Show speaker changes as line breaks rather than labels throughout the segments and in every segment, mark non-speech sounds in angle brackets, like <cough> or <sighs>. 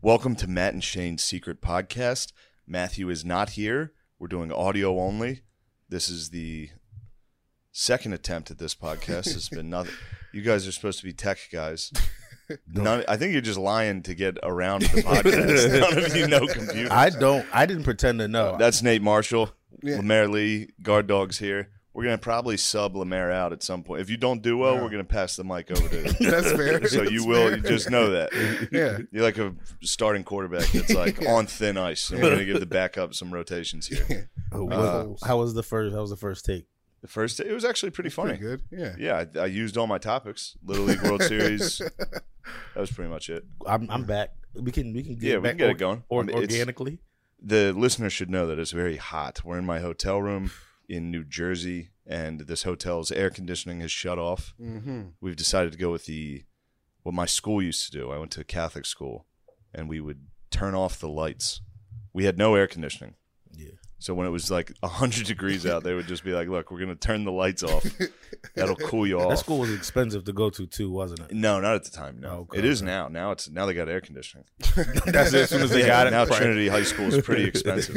Welcome to Matt and Shane's Secret Podcast. Matthew is not here. We're doing audio only. This is the second attempt at this podcast. It's been
<laughs>
nothing. You guys are supposed to be tech guys. None, I think you're just lying to get around the <laughs>
<laughs>
podcast. None of you know computers.
I don't. I didn't pretend to know.
That's Nate Marshall,
Yeah.
Lemaire Lee, guard dogs here. We're gonna probably sub Lemaire out at some point. If you don't do well, we're gonna pass the mic over to. <laughs>
That's fair.
so you
That's
will.
fair.
You just
<laughs>
know that.
yeah.
You're like a starting quarterback that's like on thin ice, and we're gonna give the backup some rotations here.
Oh,
Uh,
what- how was the first? How was the first take?
The first, it was actually pretty funny.
Pretty good. Yeah.
Yeah, I, I used all my topics. Little League <laughs> World
<laughs>
Series. That was pretty much it.
I'm, I'm back. We can we can get
Yeah,
back
we can get
or-
it going.
or-
I mean, it's-
organically.
the listener should know that it's very hot. We're in my hotel room in New Jersey, and this hotel's air conditioning has shut off.
Mm-hmm.
We've decided to go with the what my school used to do. I went to a Catholic school, and we would turn off the lights. We had no air conditioning.
Yeah.
So when it was like 100 <laughs> degrees out, they would just be like, look, we're going to turn the lights off. That'll cool you off.
That school was expensive to go to too, wasn't it?
No, not at the time. No,
Okay.
it is now. Now it's now they got air conditioning.
That's it, as soon as they
Yeah,
got it.
Now
Right.
Trinity High School is pretty <laughs> expensive.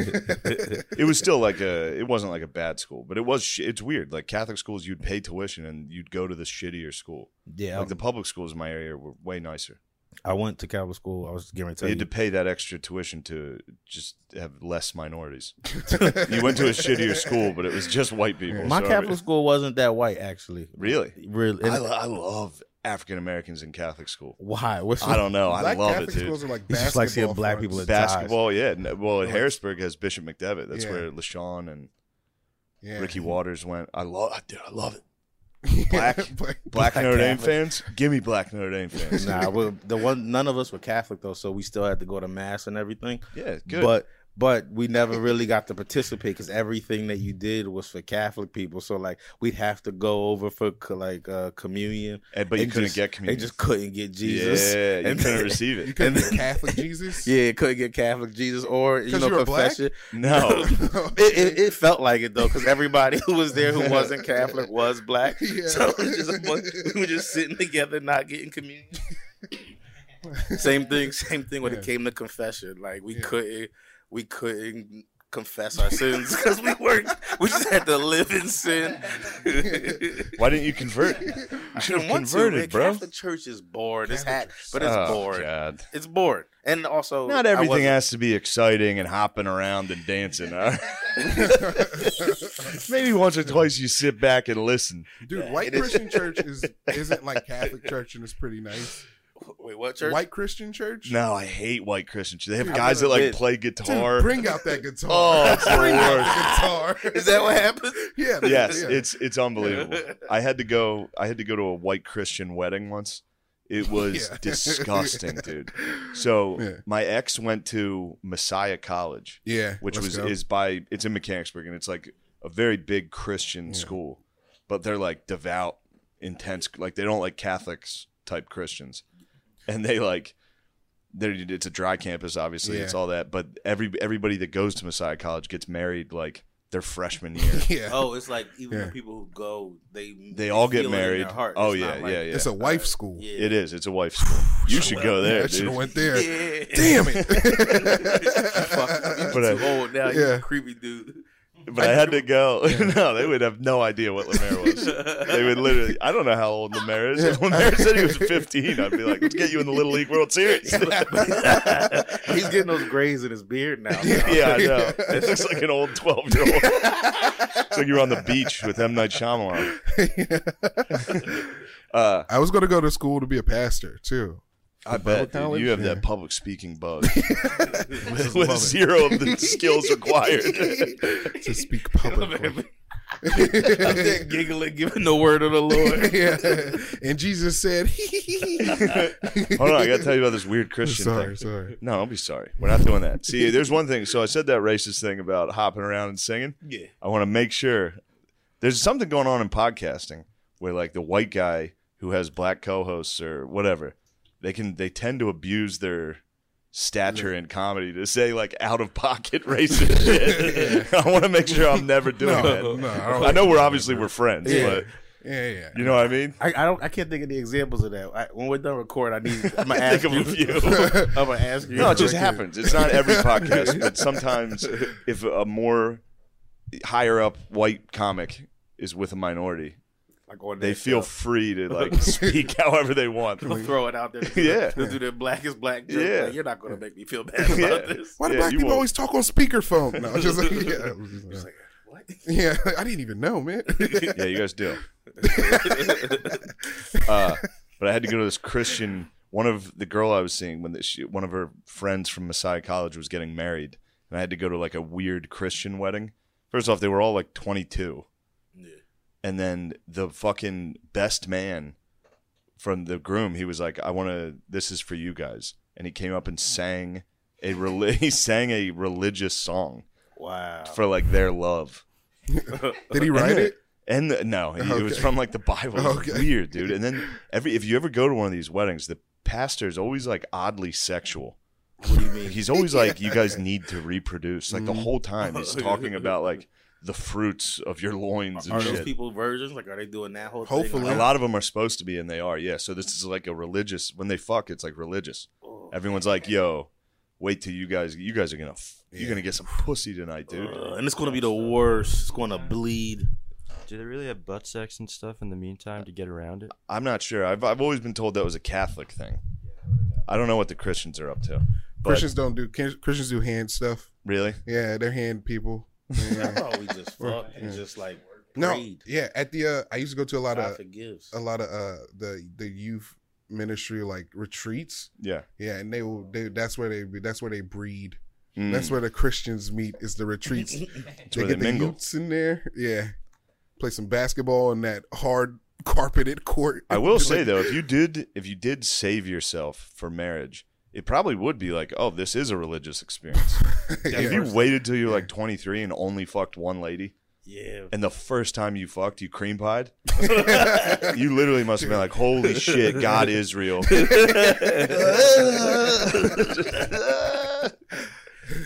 it was still like a. It wasn't like a bad school, but it was. sh- It's weird. Like Catholic schools, you'd pay tuition and you'd go to the shittier school.
Yeah,
Like the public schools in my area were way nicer.
I went to Catholic school. I was
You
getting ready
had
to
to pay that extra tuition to just have less minorities. you went to a shittier school, but it was just white
tell
people.
you. My
so I
Catholic
mean-
school wasn't that white actually.
really.
Really?
I,
and-
lo- I love African Americans in Catholic school.
why? What's
I don't know. oh, I
Black
love
Catholic
it, dude.
schools are like
It's just like seeing
basketball
black
fronts.
people at- ties.
Basketball, yeah. No, Well, at
Like-
Harrisburg has Bishop McDevitt. That's
Yeah.
where LaShawn and
yeah.
Ricky Waters went. I love, dude, I love it. Black,
<laughs> Black-
<laughs> black, Notre Dame
Catholic.
fans, give me black Notre
<laughs>
Dame fans.
Nah, well, the one none of us were Catholic though, so we still had to go to mass and everything.
yeah, good.
But but we never really got to participate because everything that you did was for Catholic people. So like we'd have to go over for co- like uh, communion.
And- but you
and
couldn't
just-
get
Mm.
communion.
They just couldn't get Jesus.
Yeah, you
And
couldn't
then-
receive it.
You could
And
be
then-
Catholic
<laughs>
Jesus. <laughs>
Yeah, couldn't get Catholic Jesus or you
'Cause
know
you were black?
confession. <laughs>
No,
Oh,
It, it, it felt like it though, because everybody who was there
<laughs>
who wasn't Catholic was black.
Yeah.
So it was just a bunch, we were just sitting together, not getting communion.
<laughs>
same thing, same thing when
Yeah.
it came to confession. Like we
Yeah.
couldn't, we couldn't confess our sins <laughs> because we weren't. We just had to live in sin.
<laughs> why didn't you
<laughs>
convert? <laughs> You should have
Once you-
converted, bro.
Catholic church is bored. It's
Catholic
hat,
church
but it's
Oh,
bored.
God.
It's bored, and also
Not
I
everything
wasn't-
has to be exciting and hopping around and dancing. all right? Maybe once or twice you sit back and listen.
Dude, white
it is.
Christian
<laughs>
church is isn't like Catholic church and it's pretty nice.
Wait, what church?
White Christian church?
No, I hate white Christians. They have
Dude,
guys that like
dude,
play
Dude,
guitar.
bring out that guitar.
<laughs> Oh, it's the
<laughs> bring out
worst.
the
<laughs>
guitar.
<laughs> Is that what happened?
<laughs> Yeah. that's- <laughs>
yes,
yeah.
it's it's unbelievable. I had to go. I had to go to a white Christian wedding once. It was
Yeah.
disgusting, dude. So
Yeah.
my ex went to Messiah College,
yeah.
which
let's
was
go.
is by it's in Mechanicsburg, and it's like a very big Christian
Yeah.
school, but they're like devout, intense. Like they don't like Catholics type Christians, and they like. They're, it's a dry campus, obviously.
Yeah.
It's all that, but every everybody that goes to Messiah College gets married like their freshman year.
<laughs> <laughs> yeah.
Oh, it's like even
Yeah.
the people who go, they
They all get
feel it in
married.
their heart.
Oh
It's
yeah,
not like-
yeah, yeah.
It's a wife school.
yeah.
It is. It's a wife's school. You should go
Yeah,
there,
I should have
dude.
went there.
Yeah.
Damn
<laughs>
it.
Fuck,
But uh, I-
you're too old now. You're
Yeah.
a creepy dude.
But I had
<laughs>
to go. <laughs> no, they would have no idea what Lemaire was. They would literally. I don't know how old Lemaire is. If Lemaire said he was 15, I'd be like, "Let's get you in the Little League World
<laughs>
Series."
He's getting those grays in his beard now.
<laughs>
<laughs>
yeah, I know. It looks like an old 12 year old. It's like you're on the beach with M Night Shyamalan. Uh,
<laughs> I was going to go to school to be a pastor, too.
I bet dude,
college?
you have
Yeah.
that public speaking
<laughs>
bug <laughs> with, with zero of the skills
<laughs>
required.
to
<laughs>
<laughs>
speak publicly.
Up there giggling, giving the word of the <laughs>
<laughs>
Lord.
yeah. And Jesus said, <laughs>
<laughs> Hold on, I gotta tell you about this weird Christian thing.
sorry, sorry.
No, don't be sorry. We're not doing that. See, there's one thing. So I said that racist thing about hopping around and singing.
Yeah.
I want to make sure there's something going on in podcasting where like the white guy who has black co-hosts or whatever, they can they tend to abuse their stature in comedy to say like out of pocket <laughs> racist shit. I want to make sure I'm never doing
No,
that.
no, I
I,
don't-
know we're obviously we're friends,
Yeah.
but
Yeah, yeah.
You know what I mean?
I, I don't. I can't think of the examples of that. I, when we're done recording, I need.
<laughs>
I'm gonna ask
Think of a
you.
few.
<laughs> I'm gonna ask you.
No, it just
Like,
happens. It's not every <laughs> podcast, but sometimes
<laughs>
if a more higher up white comic is with a minority,
Like on
they
that
feel <laughs>
show.
free to like speak however they want.
They'll throw it out there.
Yeah.
They'll do their blackest black joke.
Yeah.
Like, you're not gonna make
<laughs>
me feel bad about
Yeah.
this.
Why do
Yeah,
black
you
people
won't.
always talk on speakerphone? No, just like, yeah, <laughs> it was just
Just
like-
like, what?
yeah, <laughs> I didn't even know, man.
<laughs> <laughs> Yeah, you guys do. <laughs> Uh, but I had to go to this Christian. One of the girl I was seeing when the, she, one of her friends from Messiah College was getting married, and I had to go to like a weird Christian wedding. First off, they were all like 22,
Yeah.
and then the fucking best man from the groom, he was like, "I want to. This is for you guys," and he came up and sang a reli- <laughs> he sang a religious song
Wow. <laughs>
for like their love.
<laughs> Did he write
And the-
it?
And the, no, he- it was
Okay.
from like the Bible. It was
Okay.
Weird, dude. And then
<laughs>
every if you ever go to one of these weddings, the pastor is always like oddly sexual.
what do you mean?
He's always like, "You guys need to reproduce." Like the
Mm.
Mhm.
whole time,
<laughs>
he's talking about like the fruits of your loins and
Are those
shit.
people virgins? Like, are they doing that whole
Hopefully.
thing?
a
Like,
lot of them are supposed to be, and they are. Yeah. So this is like a religious. When they fuck, it's like religious.
oh,
Everyone's like, "Yo, wait till you guys. You guys are gonna. F- You're
Yeah.
gonna get some pussy tonight, dude."
uh, and it's gonna be the worst. It's gonna bleed.
Do they really have butt sex and stuff in the meantime to get around it?
I'm not sure. I've I've always been told that was a Catholic thing. I don't know what the Christians are up to. But
Christians don't do Christians do hand stuff.
really,
Yeah, they're hand people.
I
<laughs>
Yeah.
thought we just fucked and
Yeah.
just like
no,
prayed.
yeah. At the uh, I used to go to a lot
God
of
forgives.
a lot of uh the the youth ministry like retreats.
yeah.
Yeah, and they will. They, that's where they that's where they breed.
Mm.
That's where the Christians meet is the retreats.
That's
they
where
get
they
the
mingle.
youths in there. Yeah, play some basketball on that hard carpeted court.
I will
Just
say
<laughs> like-
though, if you did, if you did save yourself for marriage, it probably would be like, oh, this is a religious experience.
yeah.
If you waited till you were like 23 and only fucked one lady,
yeah.
and the first time you fucked, you cream pied,
<laughs>
you literally must have been like, holy shit, God is
<laughs>
real.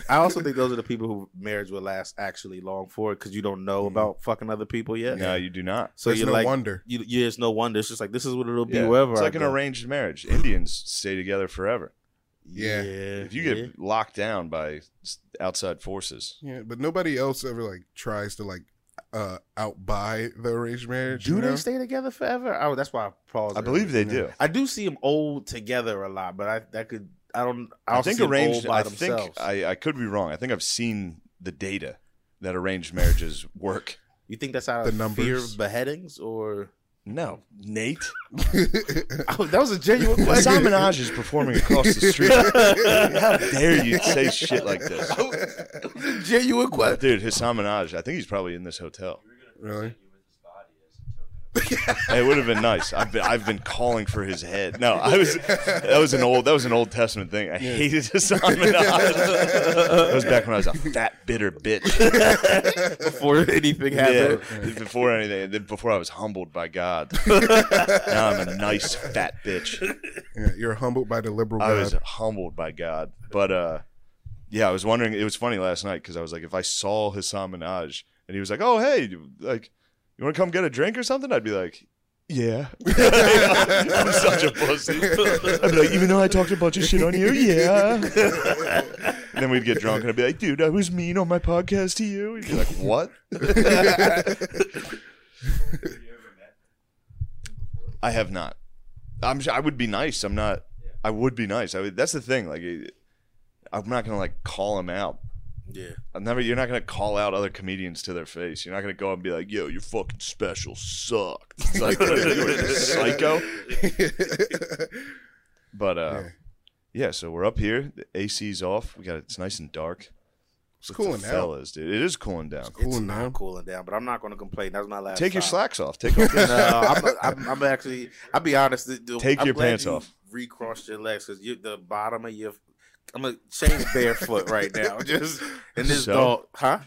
I also think those are the people who marriage will last actually long for because you don't know about fucking other people yet.
no, you do not.
So
There's
you're
no
like,
wonder.
you, you, it's no wonder. It's just like this is what it'll be.
Yeah.
Wherever
it's
I
like an
go.
arranged marriage. Indians stay together forever.
Yeah.
If you get
yeah.
locked down by s- outside forces,
Yeah, but nobody else ever like tries to like uh outbuy the arranged marriage.
do
you know?
they
<laughs>
stay together forever? Oh, that's why I paused.
I believe they do.
I do see them old together a lot, but I that could I don't. I,
I
also
think
see 'em
arranged.
old by
I
themselves.
think I, I could be wrong. I think I've seen the data that arranged marriages work.
you think that's out
The
of fear
numbers.
of beheadings or?
No, Nate.
Oh, that was a genuine
Hassan
question.
Minaj is performing across the
<laughs>
street. <laughs> How dare you say shit like this,
That was a genuine question.
dude? Hassan Minaj. I think he's probably in this hotel.
really?
It would have been nice. I've been I've been calling for his head. No, I was. That was an old. That was an Old Testament thing. I hated Hassan Minaj. That was back when I was a fat bitter bitch. <laughs>
Before <laughs> anything
Yeah,
happened,
before anything, then before I was humbled by God. now I'm a nice fat bitch.
Yeah, you're humbled by the liberal
I was
God.
humbled by God. But uh, yeah, I was wondering. It was funny last night because I was like, if I saw Hassan Minaj and he was like, "Oh hey, you- like you want to come get a drink or something?" I'd be like, "Yeah." <laughs> I'm such a pussy. I'd be like, even though I talked a bunch of shit on you, yeah. And <laughs> then we'd get drunk and I'd be like, "Dude, I was mean on my podcast to you." He'd be like, "What?" I have not. I'm. sure- I would be nice. I'm not. I would be nice. I would, that's the thing. Like, it- I'm not gonna like call him out.
yeah.
I'm never. You're not gonna call out other comedians to their face. You're not gonna go and be like, "Yo, your fucking special sucked." It's like what are you, a psycho. But uh, yeah.
Yeah.
So we're up here. The AC's off. We got. It's nice and dark.
It's
With
cooling
the
out.
fellas, dude. It is cooling down.
Cooling
it's
down.
not cooling down, but I'm not going to complain. That's my last.
Take your
time.
slacks off. Take
<laughs>
off.
no, I'm, I'm, I'm actually. I'll be honest. the- the-
Take
I'm
your
glad
pants
you
off.
Recrossed your legs because you the bottom of your. I'm gonna change barefoot right now. <laughs> Just in this
So?
dog, huh?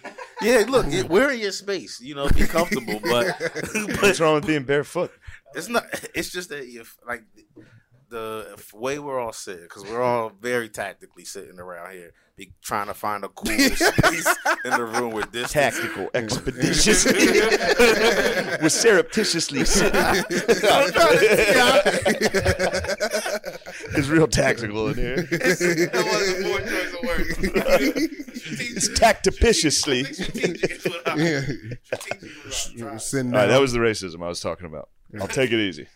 Yeah, look, it, we're in your space. You know, be comfortable,
<laughs>
but, <laughs>
What's
but <laughs>
wrong with being barefoot?
it's not. It's just that you like the way we're all sitting because we're all very tactically sitting around here, be trying to find
<laughs>
a cool space in the room with this <laughs>
Tactical, expeditious, was surreptitiously
<laughs>
sitting. It's real tactical in here.
that wasn't more choice
<laughs>
of words.
It's tactipiciously.
Strategic is what I-
yeah.
strategic is what I tried.
Sitting
All right,
down.
that was the racism I was talking about. I'll take it easy.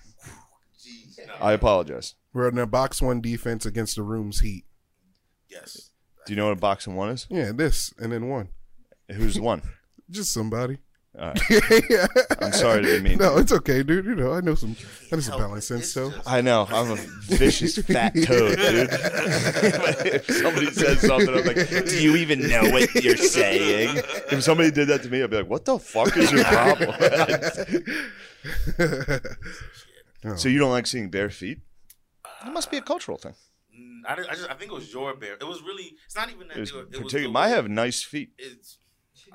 Jeez, no.
I apologize.
We're in a box one defense against the room's heat.
Yes.
Do you know what a box and one is?
Yeah, this and then one.
Who's one?
Just somebody.
All right.
yeah.
I'm sorry to be mean.
<laughs> No, it's okay, dude. You know, I know some. I know some
Help it.
balance sense,
It's
so.
just-
I know. I'm a vicious fat toad, dude. <laughs> if somebody says something, I'm like, do you even know what you're saying? If somebody did that to me, I'd be like, what the fuck is your <laughs> problem?
Oh.
so you don't like seeing bare feet? It must be a cultural thing.
Mm, I, didn't- I just I think it was your bear. It was really. It's not even that.
It was
they were- it was
particular.
the-
I have nice feet.
It's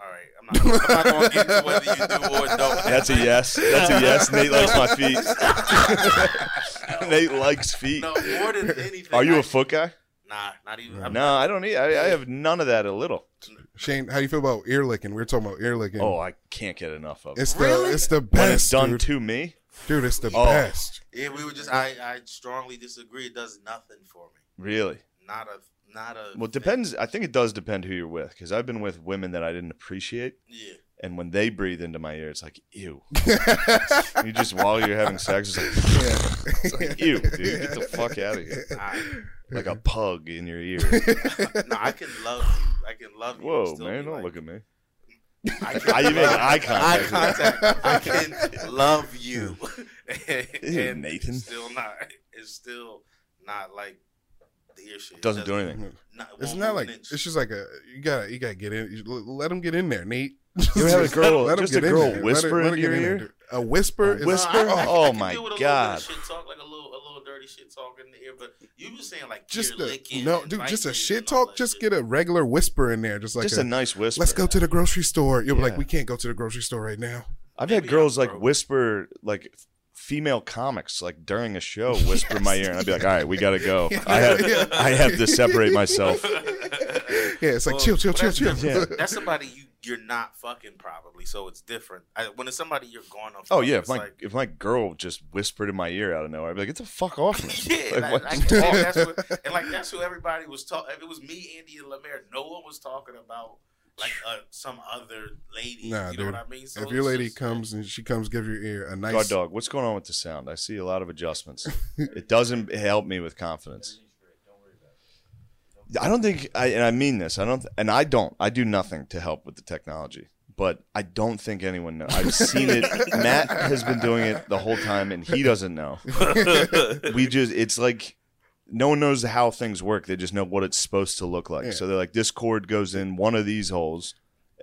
all right. I'm
<laughs>
not. I'm not going to get into whether you do or don't.
That's a yes. That's a yes. Nate likes my
<laughs>
feet. <laughs> Nate likes feet.
No, more than
<laughs>
anything.
Are you
I-
a foot guy?
Nah, not even. I'm
No, I don't need. I, I have none of that. A little.
<laughs> Shane, how you feel about ear licking? We were talking about ear licking.
Oh, I can't get enough of it.
it's
Really?
the it's the
When it's
best,
done
dude.
to me,
Dude, it's the
Oh.
best. <laughs>
Yeah, we were just. I, I strongly disagree. It does nothing for me.
really.
Not a. Not a.
Well, it
thing.
depends. I think it does depend who you're with, because I've been with women that I didn't appreciate,
Yeah.
and when they breathe into my ear, it's like ew. you just while you're having sex, it's
<laughs>
like, it's like ew, dude, get the fuck out of here,
I,
like
<laughs>
a pug in your ear.
no, I can love you. I can love you. and
Whoa,
still
man,
be
don't
like-
look at me.
I, can
I even
love-
eye
eye
contact. <laughs>
contact. I can love you, <laughs>
Ew,
and
Nathan.
it's still not. It's still not like the ear shit. It
Doesn't do anything.
Not, it
It's
won't
not
move
like
an inch.
it's just like a you gotta you gotta get in. You l- let them get in there, Nate. <laughs>
You ever had a girl-
let 'em
just
get
a
in
girl
there. Let it-
whisper
let it
into
get
your
in there,
ear?
dude. A whisper.
A
is-
whisper?
No, I- I-
Oh
I can
my
deal with a little bit
God.
of Shit talk like a little, a little dirty shit talk in the ear, but you were saying like
just
ear
the
licking
no,
and
dude. Just a
biting
shit
and all
talk.
that
Just
shit.
get a regular whisper in there. Just like
Just
a,
a nice whisper.
let's go to the grocery store. You'll be
Yeah.
like, we can't go to the grocery store right now.
I've had
Maybe
girls
I'm
like
broke.
whisper like f- female comics like during a
<laughs>
show whisper in my ear and I'd be like, "All right, we got to go. Oh, I
Yeah.
have I have to separate myself."
<laughs> Yeah, it's like
Well,
chill, chill,
but
chill,
that's
chill.
different. That's somebody you you're not fucking probably, so it's different. I, when it's somebody you're going on.
Oh yeah, if
it's
my
like,
if my girl just whispered in my ear out of nowhere, I'd be like, "Get the fuck off me!"
yeah,
Like,
like, <laughs>
what
like,
the
oh,
fuck?
that's what, and like that's who everybody was talking. It was me, Andy, and Lemaire. No one was talking about like uh, some other lady.
Nah,
you know
dude.
what I mean? So
<laughs> If your
it's
lady
just-
comes and she comes, give your ear a
God
nice.
dog, what's going on with the sound? I see a lot of adjustments. it doesn't help me with confidence. I don't think I and I mean this. I don't and I don't. I do nothing to help with the technology. But I don't think anyone knows. I've seen
<laughs>
it. Matt has been doing it the whole time and he doesn't know. we just it's like no one knows how things work. They just know what it's supposed to look like.
Yeah.
So they're like this cord goes in one of these holes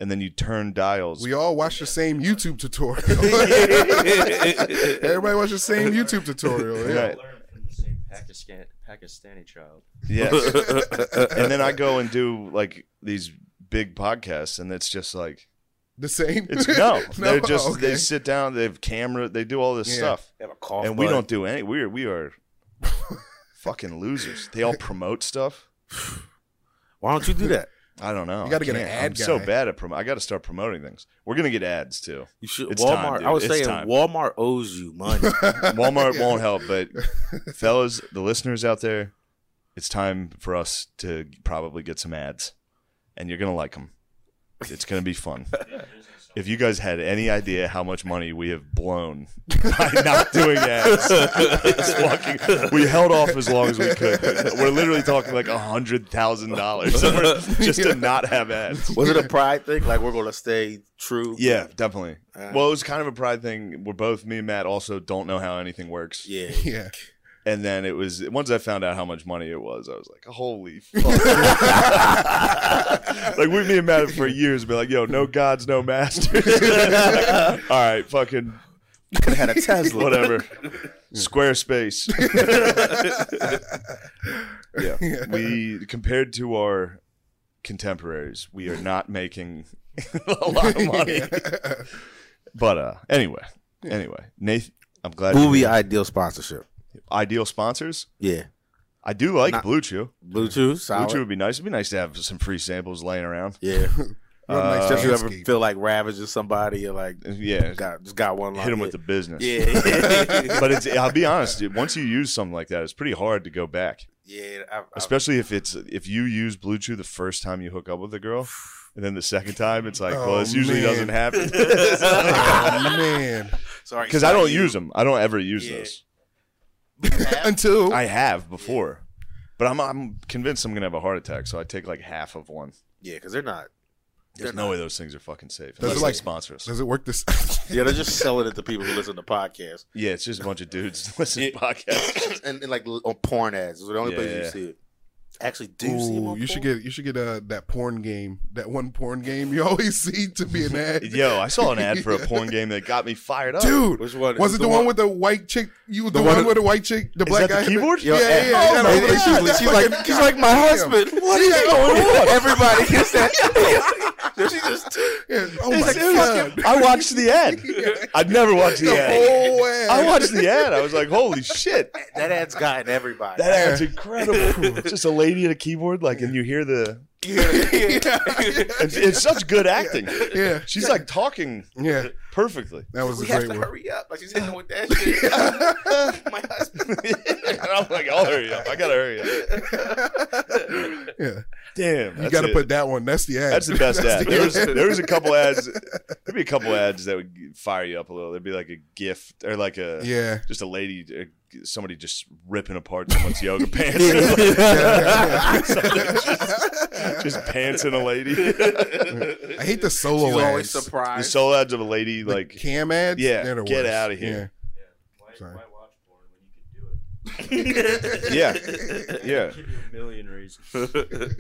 and then you turn dials.
We all watch the same
<laughs>
YouTube tutorial. <laughs> Everybody watch the same YouTube tutorial. Yeah.
Right.
learned from the same Pakistan, Pakistani child.
Yes. <laughs> and then I go and do like these big podcasts, and it's just like
The same. <laughs>
it's no, they're
Oh,
just
okay.
they sit down, they have camera, they do all this
Yeah.
stuff,
They have a cough
and we
button.
don't do any. We're we
<laughs>
are fucking losers. They all promote stuff.
Why don't you do that?
I don't know.
You gotta
I
get an
can't.
ad
I'm so
guy.
bad at promote. I got to start promoting things. We're gonna get ads too.
You should.
It's time,
Walmart.
dude.
I was
It's
saying
time.
Walmart owes you money.
Walmart
<laughs>
won't help,
<laughs>
but fellas, the listeners out there, it's time for us to probably get some ads, and you're gonna like them. It's gonna be fun. If you guys had any idea how much money we have blown by <laughs> not doing
<laughs>
ads, it's fucking- we held off as long as we could. We're literally talking like a hundred thousand dollars <laughs> just to not have
<laughs>
ads.
Was it a pride thing? Like we're gonna stay true?
Yeah, definitely.
Uh,
Well, it was kind of a pride thing. We're both me and Matt also don't know how anything works. <laughs>
yeah.
yeah.
And then it was once I found out how much money it was, I was like, "Holy fuck!" like we've been mad at it for years, be like, "Yo, no gods, no masters." <laughs> All right, fucking
Could have had a Tesla. <laughs>
whatever. Squarespace.
<laughs>
yeah, we compared to our contemporaries, we are not making <laughs> a lot of
<laughs>
<laughs>
money. But uh, anyway, anyway, Nathan, I'm glad.
Who
you're
would be
here.
ideal sponsorship?
Ideal sponsors?
Yeah.
I do like
Not-
Blue Chew.
Bluetooth, solid.
Blue Chew would be nice. It'd be nice to have some free samples laying around.
Yeah.
What a
Uh,
nice
Just you ever
landscape.
feel like ravaging somebody, you're like,
Yeah,
got, just got one
hit them with the business.
Yeah. yeah.
<laughs>
<laughs>
but it's I'll be honest, dude, once you use something like that, it's pretty hard to go back.
yeah. I, I,
Especially if it's if you use Blue Chew the first time you hook up with a
<sighs>
girl, and then the second time it's like, well,
Oh,
this usually
man.
doesn't happen
<laughs>
<laughs>
oh man!
sorry.
because I don't
sorry,
use them. I don't ever use
Yeah.
those.
<laughs>
Until
I have before, but I'm I'm convinced I'm gonna have a heart attack, so I take like half of one.
Yeah, because they're not.
There's
They're
no
not-
way those things are fucking safe.
Does it,
Unless
like-
they sponsor us.
does it
<laughs>
work this?
Yeah, they're just selling it to people who listen
<coughs>
to podcasts.
Yeah, it's just a bunch of dudes <laughs> listening to podcasts.
and, and like on porn ads. It's the only
Yeah,
place
yeah.
you see it. Actually, do you see them
Ooh,
on
you should
porn?
get you should get uh, that porn game, that one porn game you <laughs> always see to be an ad.
Yo, I saw an ad for a
<laughs>
porn game that got me fired up.
dude.
Which one?
Was it the, one, with the white chick? You the, one, with the white chick, the
Is
black
that the
guy.
keyboard?
Yeah,
Yo, eh,
yeah.
and-
yeah,
and-
yeah,
and
yeah,
she's-
that
she's like-
fucking
she's like, my
goddamn.
husband. What is going on? Everybody gets that. Yo, <laughs> she just.
Yeah. Oh my
It's like,
god!
fucking- I watched
<laughs>
the ad. I'd never watched the
The
ad.
whole ad.
I watched the ad. I was like, holy shit.
That ad's gotten everybody.
That
<laughs>
ad's
<laughs>
incredible. Just a lady at a keyboard, like, and you hear the.
yeah,
It's, it's such good acting.
<laughs> yeah,
She's like talking
yeah.
perfectly. <laughs>
That was a
we have
great
to
one.
hurry up. Like she's hitting with that shit. my husband.
and I'm like, I'll hurry up. I gotta hurry up.
Yeah,
Damn.
you
that's
got to
it.
put that one. <laughs> That's the ad.
That's the best ad.
the
There was, there was a couple ads. There'd be a couple ads that would fire you up a little. There'd be like a gift or like a
Yeah.
just a lady, uh, somebody just ripping apart someone's yoga pants,
<laughs> Yeah.
<laughs> just pantsing a lady. <laughs>
<laughs> I hate the solo
She's always
ads.
the
surprised.
soul ads of a lady,
The
like
cam ads.
yeah,
they're the
get
worst.
outta here.
Why,
Sorry.
why watch porn when you could do
<laughs>
it?
yeah, yeah,
Give you a million reasons.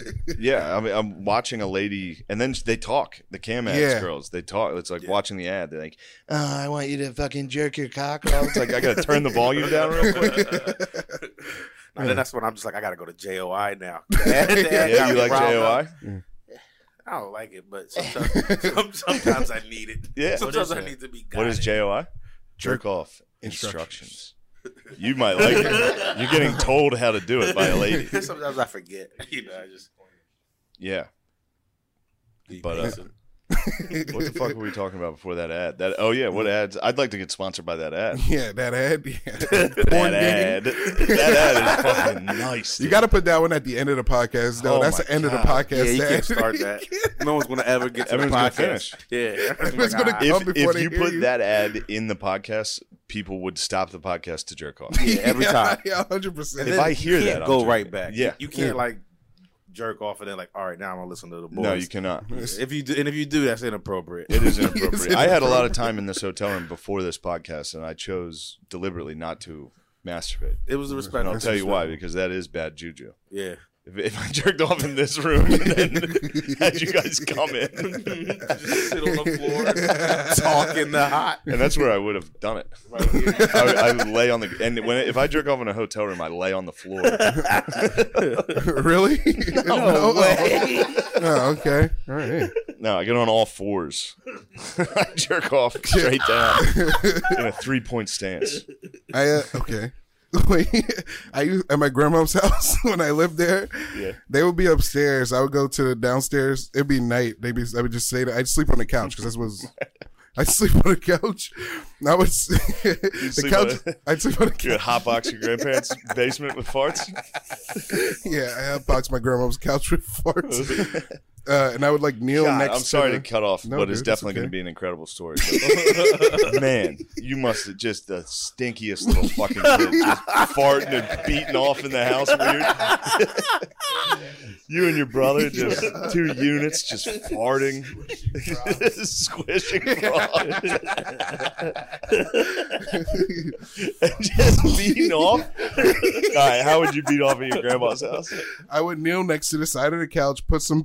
<laughs>
yeah. I mean, I'm watching a lady, and then they talk. The cam ads
Yeah.
girls, they talk. It's like
Yeah.
watching the ad. They're like, "Oh, I want you to fucking jerk your cock off." It's like I gotta turn the volume down real quick. <laughs>
<laughs> And then that's when I'm just like, I gotta go to JOI now. That- that
Yeah,
got
you
me
like
riled up.
JOI?
I don't like it, but sometimes, <laughs> some- sometimes I need it.
Yeah.
What
Sometimes
is
I
it?
need to be guided.
What is JOI? Jerk off
Instructions.
instructions. You might like it. You're getting told how to do
<laughs>
it by a lady.
sometimes I forget. <laughs> You know, I just.
Yeah. But, uh, What the fuck were we talking about before that ad? That oh yeah, what ads? I'd like to get sponsored by that ad.
<laughs> Yeah, that
<laughs>
ad. Yeah. <laughs> Porn
That
game.
ad. That ad is fucking nice.
You
dude.
got to put that one at the end of the podcast, though.
Oh
That's
my
the end of the
God.
podcast.
yeah, you
ad. <laughs>
can't start that. No one's gonna ever get to
Everyone's
the
gonna
podcast.
finish.
<laughs> Yeah,
Everyone's gonna
ah,
get-
If,
Before
if
they
you
hear
put
you.
that ad in the podcast, people would stop the podcast to jerk off.
yeah, every
Yeah,
time.
Yeah, hundred percent.
If I hear
you
that,
can't
I'll
go
jerk
right
off.
back.
Yeah.
you can't
Yeah.
like jerk off and then like, all right, now I'm gonna listen to the boys.
No, you cannot.
If you do, and if you do, that's inappropriate.
It is
It's
inappropriate. I had a lot of time in this hotel room before this podcast, and I chose deliberately not to masturbate.
<laughs> It was a
And
respect.
I'll tell you why, because that is bad juju.
Yeah,
If, if I jerked off in this room and then
<laughs>
<laughs> had you guys come <laughs>
<laughs>
in,
just sit on the floor talking the hot.
and that's where I would have done it.
Right here.
I, would- I would lay on the and when if I jerk off in a hotel room, I lay on the
<laughs>
floor.
really? <laughs> No,
way.
Oh, okay. All right.
<laughs> No, I get on all fours. <laughs> I jerk off straight down in a three point stance.
I uh, okay. <laughs> Wait, I used at my grandma's <laughs> house when I lived there.
Yeah.
They would be upstairs. I would go to the downstairs. It'd be night. They'd be. I would just say that I'd sleep on the couch because
<laughs>
that was. I sleep on the couch. And I would s- <laughs> the
sleep on
couch.
it.
I'd sleep
<laughs>
on the
You would
couch.
hotbox your grandparents' basement with
<laughs>
farts.
Yeah, I have boxed my grandma's couch with
<laughs>
farts, uh, and I would like kneel
God,
next.
I'm sorry to
to,
cut off,
No,
but it's
dude, it's
definitely
okay.
going to be an incredible
<laughs>
story. But- <laughs> Man, you must have just the stinkiest little fucking kid, just farting and beating off in the house, weird. <laughs> you and your brother, just two units, just farting, <laughs> squishing frogs, <laughs> and just beating off. All right, how would you beat off at your grandma's house?
<laughs>
<laughs>
I would kneel next to the side of the couch, put some <laughs>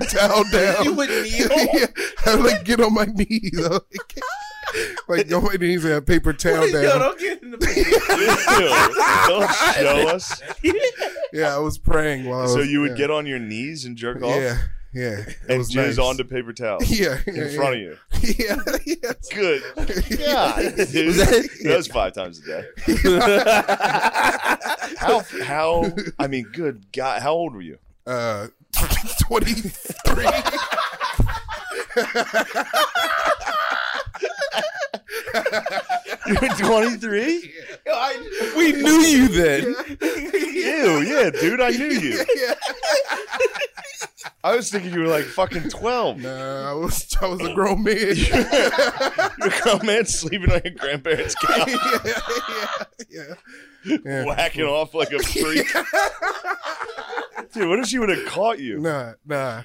<laughs>
towel down.
<laughs>
You would
<laughs>
kneel?
yeah, I would like get on my knees. <laughs> I would, like, like go on my knees and have paper towel
Yo,
down.
don't get in
<laughs>
the bed.
Ew, Don't show us.
Yeah, I was praying while I was,
So you would
yeah.
get on your knees and jerk off.
yeah. Yeah, it
and
was
jizz
nice.
onto paper towels
<laughs> yeah,
in front of you.
of you. Yeah, <laughs> yeah.
Good God, dude.
Was that-
That was five times a day. How? How? I mean, good God, how old were you?
Uh, <laughs> twenty three.
You were twenty three.
we knew you then.
Ew, yeah, dude, I knew you.
<laughs> yeah.
I was thinking you were like fucking twelve.
Nah, I was I was a grown man. <laughs>
You're a grown man sleeping on your grandparents' couch,
yeah, yeah, yeah. yeah.
whacking off like a
<laughs>
freak. Dude, what if she would have caught you?
Nah, nah.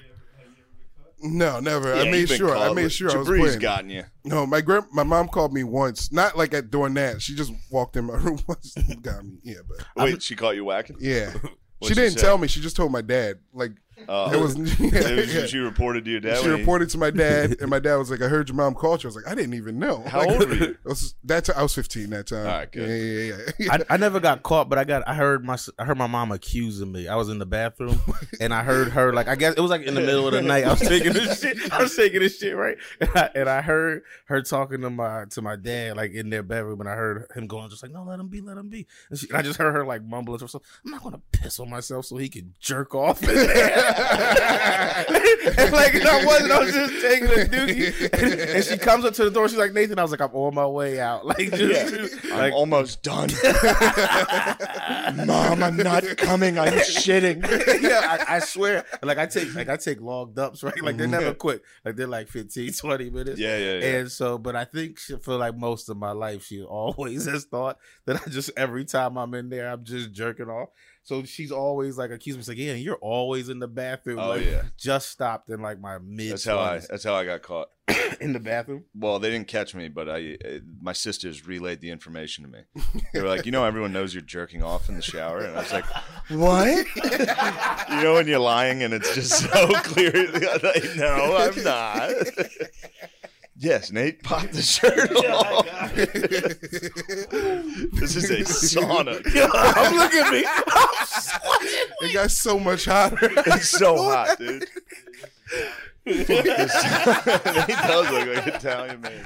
No, never.
Yeah,
I
you've
made
been
sure. I
caught.
made sure I was
Jabri's
playing.
gotten you.
no, my grand, my mom called me once. Not like at doing that. She just walked in my <laughs> room once, and got me. Yeah, but
Wait, she caught you whacking? <laughs>
yeah. she
What'd she
didn't
say?
tell me. She just told my dad. Like
Uh,
it was. <laughs>
it was-
yeah.
She reported to your dad.
She
when he- <laughs>
reported to my dad, and my dad was like, "I heard your mom called you." I was like, "I didn't even know."
How
Like,
old were you?
<laughs> it was- that time I was fifteen. That time.
All right, good.
Yeah, yeah, yeah. yeah.
I, I never got caught, but I got I heard my s- I heard my mom accusing me. I was in the bathroom and I heard her like I guess it was like in the middle of the night. I was taking this shit. I was taking this shit right, and I, and I heard her talking to my to my dad like in their bedroom, and I heard him going just like no, let him be, let him be. And, she, and I just heard her like mumbling or something. I'm not gonna piss on myself so he can jerk off. in there." <laughs> and like I wasn't. I was just taking a dookie, and, and she comes up to the door. She's like Nathan. I was like I'm on my way out. <laughs> Like just,
I'm
like
almost done. <laughs> Mom, I'm not coming. I'm shitting.
<laughs> yeah, I, I swear. Like I take like I take long dumps, right? Like they're never quick. Like they're like 15, 20 minutes.
Mm-hmm. Yeah, yeah, yeah.
And so, but I think she, for like most of my life, she always <laughs> has thought that I just every time I'm in there, I'm just jerking off. So she's always like accusing me, she's like, "Yeah, you're always in the bathroom."
Oh,
like,
yeah.
just stopped in like my mid.
That's how I. That's how I got caught.
<laughs> in the bathroom.
Well, they didn't catch me, but I. Uh, my sisters relayed the information to me. They were like, you know, everyone knows you're jerking off in the shower, and I
<laughs>
was like,
What?
<laughs> you know, when you're lying and it's just
<laughs>
so clear. Like, no, I'm not. yes, Nate, pop the shirt off. this is a sauna.
I'm looking at me.
<laughs> it got so much hotter. <laughs>
It's so hot, dude. he <laughs> does look like an Italian man.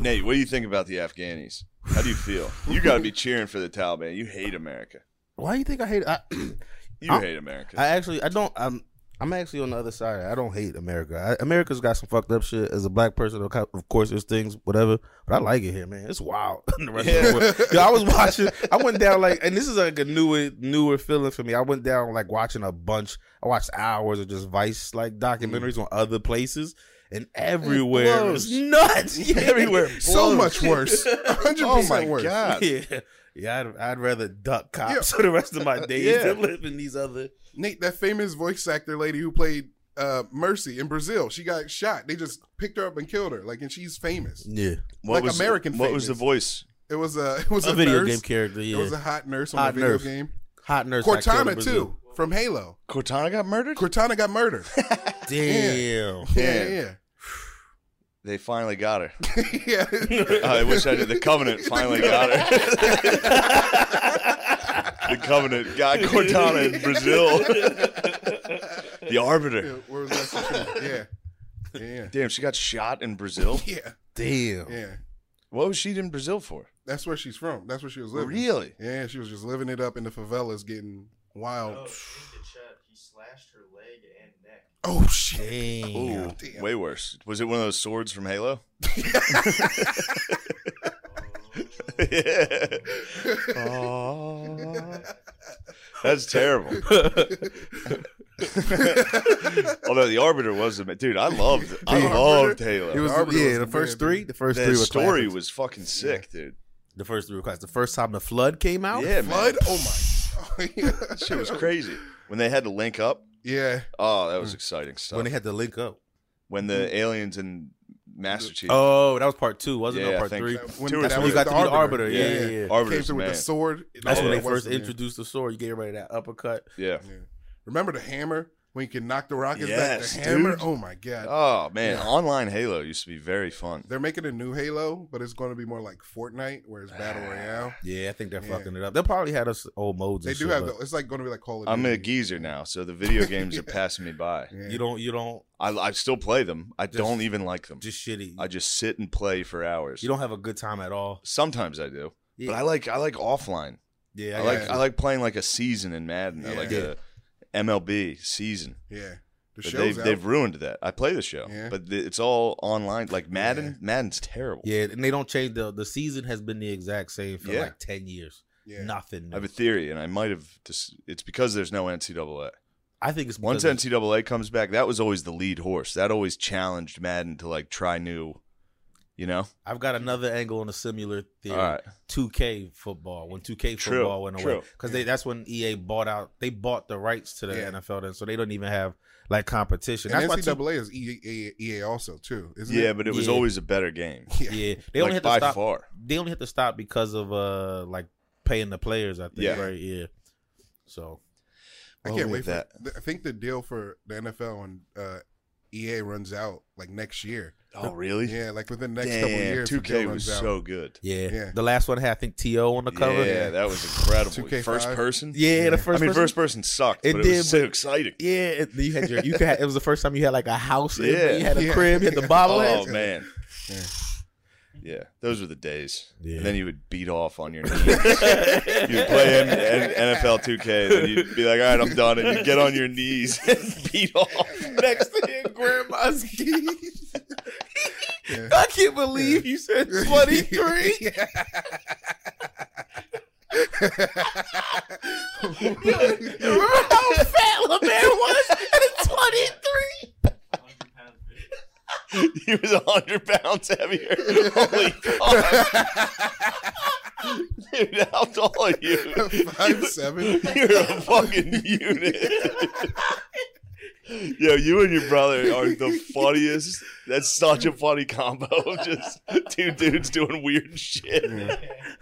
Nate, what do you think about the Afghanis? How do you feel? You got to be cheering for the Taliban. You hate America.
<laughs> Why do you think I hate? I, <clears throat>
You
I-
hate America.
I actually, I don't. I'm, I'm actually on the other side. I don't hate America. I, America's got some fucked up shit. As a black person, of co- of course, there's things, whatever. But I like it here, man. It's wild. <laughs> The rest of the world. Yo, I was watching. I went down like, and this is like a newer, newer feeling for me. I went down like watching a bunch. I watched hours of just Vice like documentaries on other places. Mm. And everywhere, it was nuts. <laughs> Yeah.
Everywhere
so much
<laughs>
worse. Hundred
oh my
percent worse.
god!
Yeah, yeah. I'd, I'd rather duck cops <laughs> for the rest of my days
Yeah.
than live in these other.
Nate, that famous voice actor lady who played uh, Mercy in Brazil, she got shot. They just picked her up and killed her. Like, and she's famous.
Yeah,
What
Like
was
American
What was the
famous.
voice?
It was a it was a,
a video
nurse.
game character. Yeah,
It was a hot nurse on
Hot
a video
nurse.
game.
hot nurse. that killed in
Cortana
Brazil.
too from Halo.
Cortana got murdered.
Cortana got
<laughs>
murdered.
Damn.
yeah,
<laughs>
Damn.
yeah,
They finally got her.
yeah.
<laughs>
<laughs>
<laughs> Oh,
I wish I did. The <laughs> Covenant finally got her. <laughs> the Covenant got Cortana in Brazil. the Arbiter.
Where was that? Yeah, yeah,
Damn, she got shot in Brazil.
yeah, yeah,
Damn.
yeah.
What was she in Brazil for?
That's where she's from. That's where she was living.
Really?
Yeah, she was just living it up in the favelas, getting wild.
in the chat, he slashed her leg and neck.
Oh shit!
Damn.
Ooh,
damn.
way worse. Was it one of those swords from <laughs> Halo? yeah.
<laughs>
That's terrible. Although the Arbiter was the dude, I loved. I
The
loved
Arbiter?
Halo.
It was
Arbiter
yeah.
was
the
the man.
first three. The first
that
three were
story
classics.
was fucking sick, dude.
the first three were classics. The first time the flood came out.
Yeah,
Blood?
man.
Oh my! God.
Shit was crazy when they had to link up.
Yeah,
Oh, that was exciting stuff.
Hmm. When
When,
they had to link up.
the aliens and Master Chief.
Oh, that was part two, wasn't
yeah,
it?
I
Part
think
three.
so.
when
Two or
that's
three.
when
You got to be the arbiter.
Yeah,
Yeah, yeah. yeah.
Came
Arbiter's
through with
man.
the sword.
That's when
Yeah.
they first
Yeah.
introduced the sword. You gave everybody that uppercut.
yeah.
Remember the hammer? when you can knock the rockets
Yes,
back. The hammer.
dude.
Oh my god.
Oh man, online Halo used to be very fun.
They're making a new Halo, but it's going to be more like Fortnite, where it's battle royale.
Yeah, I think they're
Yeah.
fucking it up. They probably had us old modes.
They
and
do
shit,
have.
but
The, it's like going to be like Call of
I'm a
Duty.
geezer now, so the
<laughs>
video games are passing me by.
Yeah.
You don't. You don't.
I, I still play them. I
Just-
don't even like them.
Just shitty.
I just sit and play for hours.
you don't have a good time at all.
Sometimes I do,
Yeah.
but I like I like offline.
Yeah,
I
got
like
you.
I like playing like a season in Madden, or
Yeah.
like a MLB season.
Yeah. The
But
show's
they've
out.
they've ruined that. I play the show,
Yeah.
but th- it's all online. Like Madden,
Yeah.
Madden's terrible.
Yeah, and they don't change the the season has been the exact same for
Yeah.
like ten years.
yeah.
Nothing.
I have
new.
a theory, and I might have. Dis- it's because there's no NCAA.
I think it's
Once
because of-
NCAA comes back, that was always the lead horse. That always challenged Madden to like try new, you know.
I've got another angle on a similar theory.
All right,
2K football when 2K
True,
football went away
true.
because they that's when EA bought out they bought the rights to the
Yeah.
NFL then so they don't even have like competition.
And
that's why 2K,
NCAA is E EA, EA also too, isn't
yeah,
it?
but it was
Yeah.
always a better game.
<laughs> Yeah.
yeah they
like,
only had to
by
stop
far.
they only had to stop because of uh like paying the players I think
Yeah.
right yeah so
I
Well,
can't
with
wait for
that.
I think the deal for the NFL and uh, EA runs out like
<laughs>
next year.
Oh, really?
Yeah, like within the next couple of
Damn,
years. the
two K
deal
was
runs out. <laughs>
so good.
yeah.
Yeah.
the last one had I think To on the cover
Yeah, that was incredible.
2K5.
First person.
Yeah, the
Yeah.
I
first
mean,
person-
first person sucked,
It
but it
did,
was so exciting.
yeah it, you had your you could have, it was the first time you had like a house
Yeah.
yeah. Um, you had a
Yeah.
crib you had <laughs> the
Oh
bobbleheads
man.
Yeah.
Yeah, those were the days.
Yeah.
And then you would beat off on your knees. you'd
<laughs>
play N- N- NFL 2K, and then you'd be like, "All right, I'm done," and you'd get on your knees <laughs> and beat off.
next to your grandma's keys.
Yeah.
I can't believe you said <laughs> 23. Remember how fat LeBaron was at 23?
he was hundred pounds heavier. Holy
<laughs>
God, dude, how tall are you?
Five seven.
You're a fucking
<laughs>
unit. Yo, you and your brother are
<laughs>
the funniest. That's such a funny combo of just two dudes doing weird shit.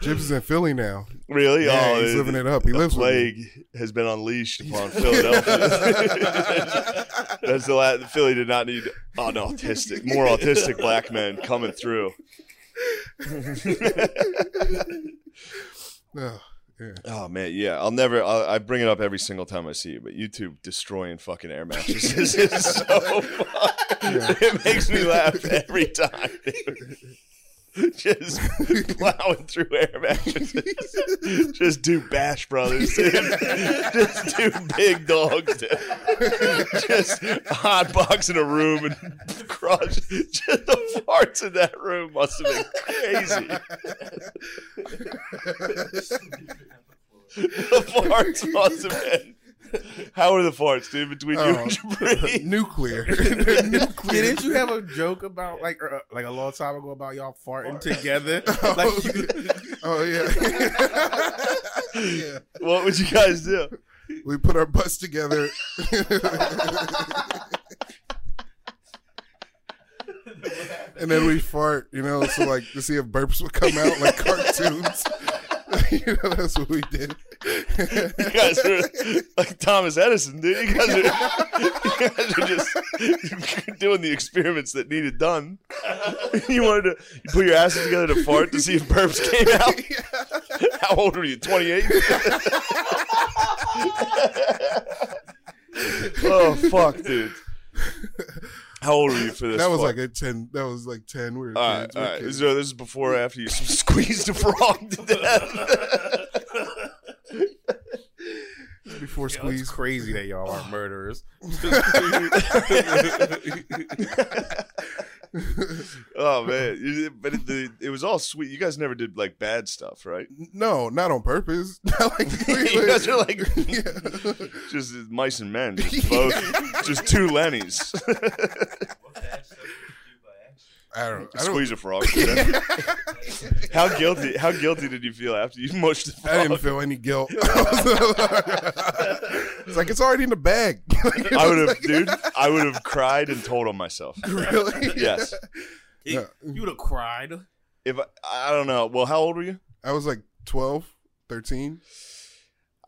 Gibbs is in Philly now.
Really?
Yeah,
oh,
he's
the-
living it up. He
the
lives with me.
plague has been unleashed upon
<laughs>
Philadelphia. <laughs> That's the last. Philly did not need an autistic, more autistic black men coming
<laughs>
through.
Oh, yeah.
Oh man, yeah. I'll never. i I bring it up every single time I see you, but YouTube destroying fucking air mattresses <laughs> is so fun. It makes me laugh every time. dude. <laughs> Just plowing through air mattresses. <laughs> Just do Bash Brothers. Dude. <laughs> Just do big dogs. Dude. <laughs> Just hot box in a room and <laughs> crush. Just the farts in that room must have been crazy. the farts must have been. How are the farts, dude? Between you
Oh.
and Jabri?
<laughs> Nuclear.
Yeah,
Nuclear.
didn't you have a joke about like uh, like a long time ago about y'all farting <laughs> together? Like you,
Oh
<laughs>
yeah. yeah.
What would you guys do?
We put our butts together. and then we fart, you know, so like to see if burps would come out like cartoons. <laughs> you know, that's what we did.
You guys are like Thomas Edison, dude. You guys are, you guys are just doing the experiments that needed done. You wanted to you put your asses together to fart to see if burps came out. How old were you? Twenty
<laughs>
eight. oh fuck, dude. How old were you for this?
that was
fuck?
like a ten. That was like ten. We were
All right,
kids.
all
We were
right.
kids.
So this is before or after you <laughs> squeezed a frog to
<laughs>
death.
before
Yo, it's
squeeze.
crazy that y'all are murderers.
oh man! You- But it, the, it was all sweet. You guys never did like bad stuff, right?
No, not on purpose. <laughs> Not like
<laughs> you guys are like
<laughs>
<laughs>
Yeah.
just mice and men,
<laughs>
just both, just two Lennies. <laughs>
I don't. I don't.
Squeeze a frog. to
<laughs>
<laughs> death. how guilty? How guilty did you feel after you mushed the frog?
I didn't feel any guilt. <laughs> it's like it's already in the bag. <laughs>
I would have, dude. I would have cried and told on
<laughs>
myself.
really?
Yes.
Yeah.
You'd have cried.
If I, I don't know. Well, how old were you?
<laughs> I was like 12, 13.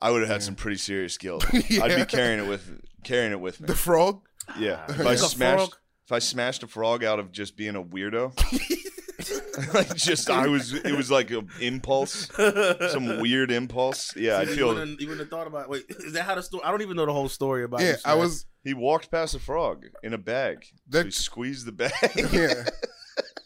I would have had some pretty serious guilt. I'd
<laughs> Yeah.
be carrying it with carrying it with me.
<laughs> The frog?
yeah. If
You
I
took a
smashed
frog?
if I smashed a frog out of just being a
<laughs>
weirdo, <laughs> like just I was it was like an impulse, some weird impulse. Yeah, I
You
feel
wouldn't, you wouldn't have thought about. Wait, is that how the story? I don't even know the whole story about.
Yeah,
you,
I was.
he walked past a frog in a bag. So
That-
he squeezed the
<laughs>
bag.
Yeah.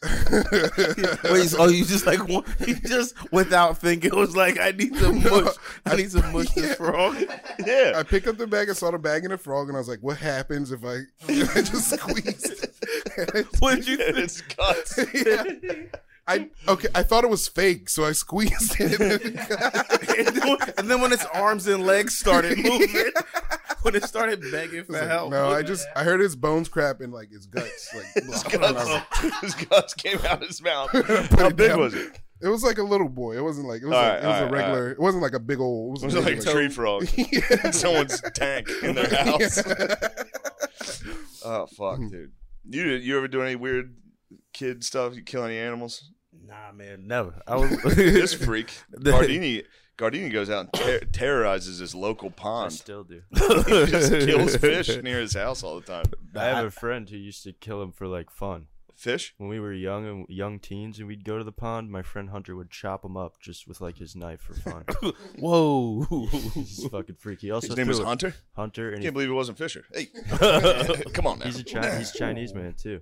<laughs> Wait, so oh, you just like wa- you just without thinking was like, I need to mush. I need to mush this frog.
<laughs> yeah.
I picked up the bag and saw the bag and the frog, and I was like, "What happens if I, <laughs> I just squeezed?"
<laughs>
it?
What did you
And
think?
it's guts.
Yeah. <laughs> I okay. I thought it was fake, so I squeezed it. <laughs>
<laughs> and, then, and then when its arms and legs
<laughs>
started moving, when it started begging for help,
no, I just I heard his bones crap and like his guts. Like
<laughs>
<laughs>
His
blah, blah, blah.
guts, his guts came out his mouth.
Put
How
it
big
down.
was it?
It was like a little boy. It wasn't like it was,
All
like,
right,
it was
all
a
right,
regular. It wasn't like a big old. It
It was
was,
like a
regular.
tree frog.
<laughs>
in Someone's tank <laughs> in their house. oh fuck, dude. You you ever do any weird kid stuff? You kill any animals?
nah, man, never. <laughs> I was
This freak Gardini Gardini goes out and ter- terrorizes his local
I
pond.
still do.
He just kills fish near his house all the time.
I have a friend who used to kill him for like fun.
Fish?
When we were young and young teens, and we'd go to the pond, my friend Hunter would chop him up just with like his knife
<coughs>
for fun.
Whoa. <laughs>
He's fucking freaky. He also
His name
threw
was
a-
Hunter.
Hunter, and he
Can't believe it wasn't Fisher.
<laughs>
Hey, come on now.
He's a Chi- he's Chinese man too.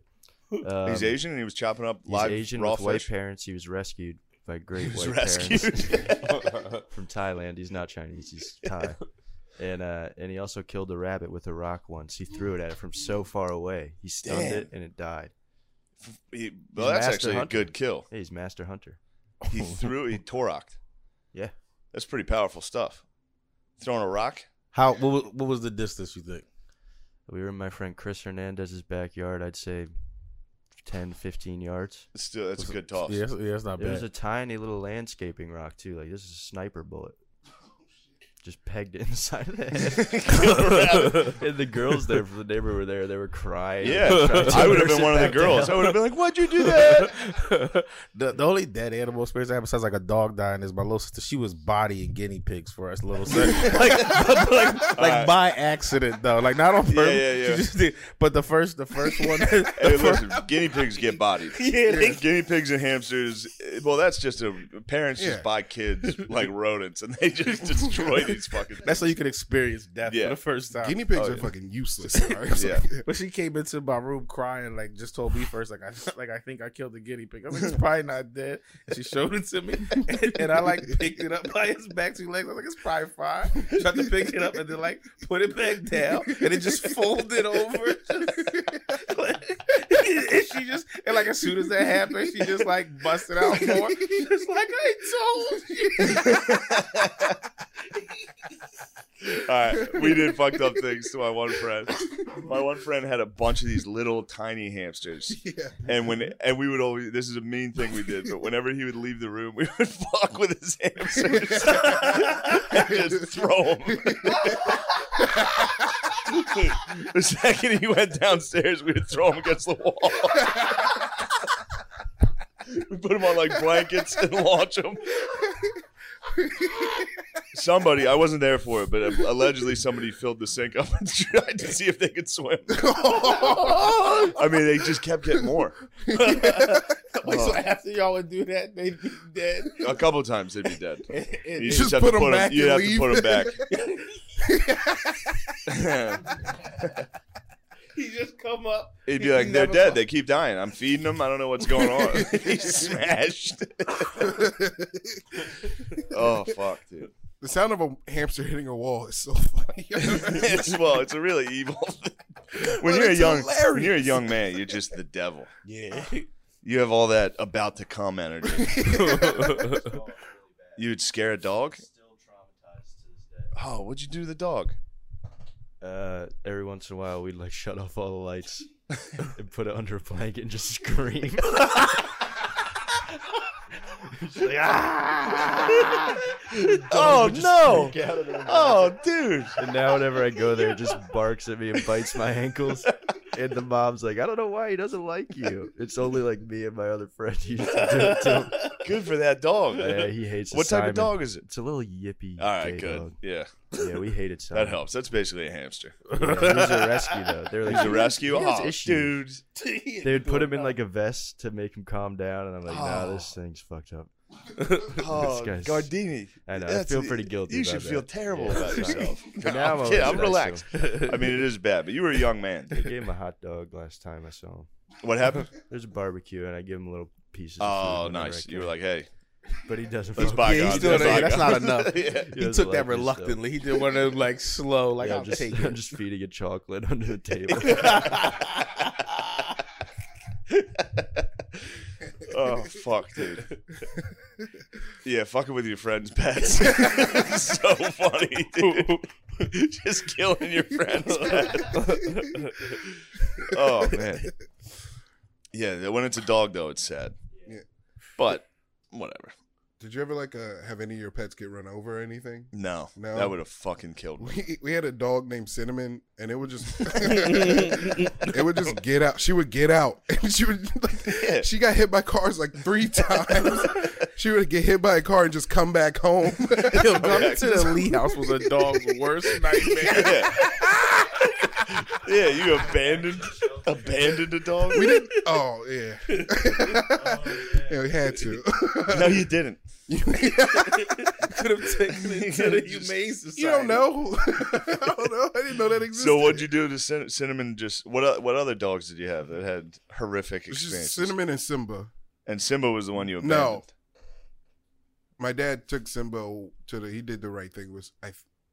<laughs>
Um,
He's Asian and he was chopping up
he's
live
Asian
raw
with white
fish.
parents. He was rescued by
He
great
was
white parents <laughs>
rescued.
from Thailand. He's not Chinese.
<laughs>
He's Thai. And uh, and he also killed a rabbit with a rock once. He threw it at it from so far away. He stunned
Damn.
it and it died.
<laughs> He- well, that's
Master
actually
Hunter.
a good kill.
Hey, he's Master Hunter. <laughs>
He threw. He toroked.
Yeah.
That's pretty powerful stuff. Throwing a rock.
How? What, wa- what was the distance? You think?
We were in my friend Chris Hernandez's backyard. I'd say 10, 15 yards.
It's still that's a good toss. <laughs>
Yeah, that's, yeah, that's not
It was
bad.
a tiny little landscaping rock too. Like this is a sniper bullet. Just pegged it inside of the
<laughs>
head. and the girls there from the neighbor were there. They were crying.
<laughs>
Yeah, I would have been one of the girls. Oh. I would have been like, "Why'd you do that?"
the, the only dead animal experience I have besides like a dog dying is my little sister. She was bodying guinea pigs for us little sister. like
<laughs>
like, like
Alright.
by accident though. Like not on purpose.
Uh, yeah,
<laughs>
yeah.
She just did, but the first the first one <laughs> the
Hey,
fir-
listen, guinea pigs get bodied.
<laughs> Yeah, they-
<laughs> guinea pigs and hamsters. eh, Well, that's just a parents
Yeah.
just buy
<laughs>
kids like rodents, and they just destroy these fucking.
that's how you can experience death
Yeah.
for the first time.
Guinea pigs
Oh,
are
yeah.
fucking useless. all right? <laughs> I was
Yeah.
like,
but she came into my room crying, like just told me first, like I like I think I killed the guinea pig. I was like, it's probably not dead. And she showed it to me, and, and I like picked it up by its back two legs. I was like, it's probably fine. Tried to pick it up and then like put it back down, and it just folded over. <laughs> and she just and like as soon as that happened, she just like busted out more. She was like, I told you. <laughs>
All right, we did fucked up things to my one friend. My one friend had a bunch of these little tiny hamsters,
yeah.
and when and we would always. This is a mean thing we did, but whenever he would leave the room, we would <laughs> fuck with his hamsters and just throw them. <laughs> the second he went downstairs, we would throw him against the wall. we put him on like blankets and launch him. Somebody, I wasn't there for it, but allegedly somebody filled the sink up and <laughs> tried to see if they could <laughs> swim. I mean, they just kept getting more.
Like, so after y'all would do that, they'd be dead.
A couple times they'd be dead. <laughs>
And- and-
You
Just put 'em back
You have
and
to put them
leave.
back.
He just come up.
He'd be like, "They're dead. They keep dying. I'm feeding them. I don't know what's going on."
<laughs>
<laughs> He's smashed. <laughs> oh fuck,
<laughs>
dude.
<laughs> The sound of a hamster hitting a wall is
<laughs>
so funny.
It's, well, it's a really evil. <laughs> Thing. When
But
you're a
it's
young, when you're a young man, you're just the devil.
Yeah.
You have all that about to come energy.
<laughs>
You would scare a dog. Oh, what'd you do to the dog?
Uh, every once in a while, we'd like shut off all
<laughs>
the lights and put it under a blanket and just scream. <laughs> "Ah!"
Oh no! Oh <laughs> dude!
and now, whenever I go there, it just barks at me and bites my ankles. and the mom's like, I don't know why he doesn't like you. It's only like me and my other friend used to do it to him.
Good for that <laughs> dog.
Yeah, he hates a
what type
Simon.
of dog is it?
It's a little yippy.
All right,
gay
good.
dog.
Yeah,
Yeah, we hated Simon. <laughs>
that helps. That's basically a hamster.
Yeah, he was a rescue though. They're like,
He's a rescue.
he has
Oh,
issues.
dude. <laughs>
They would put him in like a vest to make him calm down, and I'm like, nah,
Oh.
this thing's fucked up. <laughs>
Oh,
guy's-
Gardini.
I know. I
That's- e-,
feel pretty guilty.
You
about
should
that.
feel terrible
Yeah,
about
<laughs> sorry.
yourself.
But now I'm
I'm,
always
kidding. I'm
nice to
relaxed. I mean, it is bad, but you were a young man.
I <laughs>
dude.
gave him a hot dog last time I saw him.
What happened?
There's a barbecue, and I give him little pieces. of food
Oh,
whenever I
nice. You were
can.
like, hey,
but he doesn't. <laughs>
let's
fuck
buy
Yeah, he's
God.
doing
Let's
that.
buy
That's
God.
not enough.
<laughs> Yeah.
He
He
doesn't
took that
like me, so-
reluctantly. He did one of them like slow, like
Yeah,
I'll
I'm just,
take <laughs>
<laughs> I'm
it.
just feeding a chocolate <laughs> under the
<laughs>
table.
<laughs>
oh fuck, dude. Yeah, fucking with your friends'
<laughs>
pets. It's so funny, dude. Just killing your friends' pet. oh man. Yeah, when it's a dog though, it's sad.
Yeah.
But whatever.
<laughs> Did you ever like uh, have any of your pets get run over or anything?
No,
No.
that would have fucking killed me.
We, we had a dog named Cinnamon, and it would
<laughs>
just <laughs> it would just get out. She would get out, <laughs> and she would like,
Yeah.
she got hit by cars like three times. she would get hit by a car and just come back home. <laughs>
<laughs> Yo, coming to the Lee house was a dog's <laughs> worst <laughs> nightmare.
Yeah. <laughs> yeah, you abandoned abandoned a dog.
we didn't. Oh yeah, yeah, we had to.
No, you didn't.
Could have taken it to <laughs> the humane society.
you don't know. <laughs> I don't know. I didn't know that existed.
So what'd you do to Cin- cinnamon? Just what? o- What other dogs did you have that had horrific
It was just
experiences?
Cinnamon and Simba.
and Simba was the one you abandoned.
No. My dad took Simba to the. He did the right thing. Was I?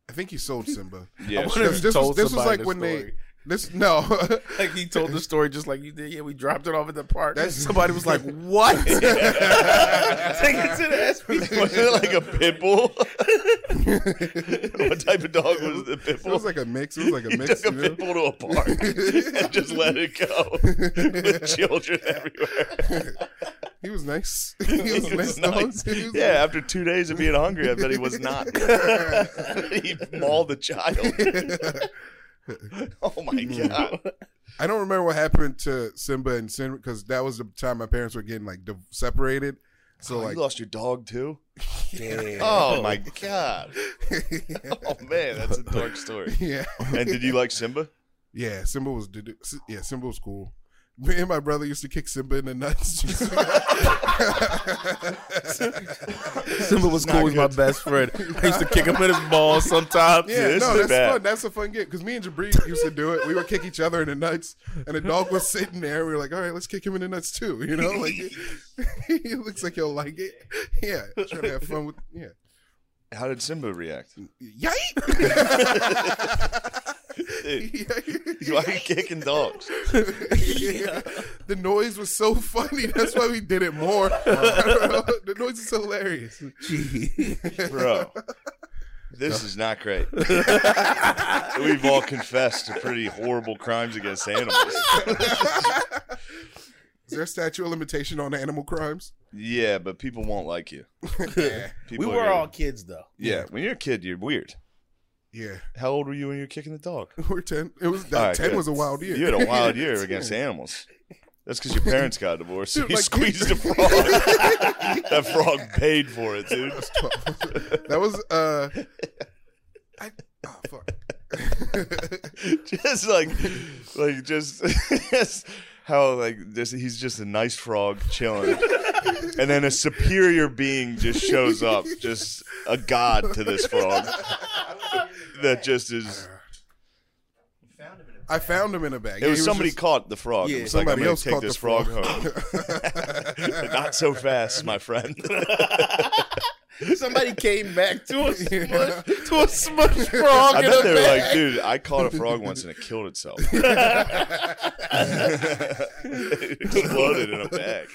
I think he sold Simba.
Yeah, <laughs>
I
sure.
wonder
This- this
if this
was-
told
this was
somebody
like
the
when they-
story.
This no. <laughs>
like he told <laughs> the story just like you did. Yeah, we dropped it off at the park. <laughs>
That's-
somebody was like, <laughs> "What? Take it <laughs> to
<laughs>
the SPCA."
was it like a pit bull? what type of dog was the pit
It
bull?
was like a mix. It was like a
you
mix. You
took a <laughs>
know?
pit bull to a park and just let it go
<laughs>
with children everywhere.
He
<laughs>
was nice. <laughs> He was,
He was
nice. dog.
nice.
He was
yeah, after two days of being hungry, I bet he was
<laughs>
not. <laughs> he mauled the child. <laughs>
nice.
oh my god!
<laughs> I don't remember what happened to Simba and Simba because that was the time my parents were getting like div- separated. So
Oh,
like,
you lost your dog too?
Damn.
Oh my god! Oh man, that's a dark story.
<laughs> yeah,
And did you like Simba?
yeah. Simba was did it- Si- yeah. Simba was cool. Me and my brother used to kick Simba in
<laughs>
the nuts. <laughs>
Simba was cool. He's my best <laughs> friend. I used to kick him in his balls sometimes.
Yeah,
this
no,
is
that's
bad.
fun. That's a fun game. Because me and Jabri used to do it. We would kick each other in the nuts, and the dog was sitting there. We were like, all right, let's kick him in the nuts too. You know,
<laughs>
like <laughs> he looks like he'll like it. Yeah, try to have fun with yeah.
How did Simba
<laughs>
react?
Yikes!
Why are <laughs> you kicking dogs?
yeah. The noise was so funny. That's why we did it more. <laughs> I don't know. The noise is hilarious.
Bro, this is not great. We've all confessed to pretty horrible crimes against animals.
<laughs> Is there a statute of limitation on animal crimes?
Yeah, but people won't like you.
Yeah.
we
People
were
are-
all kids though.
Yeah, when you're a kid, you're weird.
Yeah.
How old were you when you were kicking the
<laughs>
dog?
We're 10. It was,
All right,
10
good.
was a wild year.
You had a wild
<laughs>
year against animals. That's because your parents got divorced.
Dude,
you
like- <laughs>
squeezed a frog. that frog paid for it, dude. <laughs>
that was uh I oh fuck.
just like, like just, <laughs> just how like this. He's just a nice frog chilling, and then a superior being just shows up, just a god to this
<laughs>
frog. That just is.
<laughs> I found him in a bag.
It
Yeah, he
was somebody
just-
caught the frog.
Yeah,
it was like I'm
somebody
gonna
else
take
caught
this
the
frog,
frog.
home. <laughs> Not so fast, my
<laughs>
friend.
<laughs> Somebody came back to <laughs> us
Yeah.
to a smush frog.
<laughs> I
in
bet
a
they were
bag.
like, dude, I caught a frog once and it killed
<laughs>
itself. <laughs> it exploded in a bag.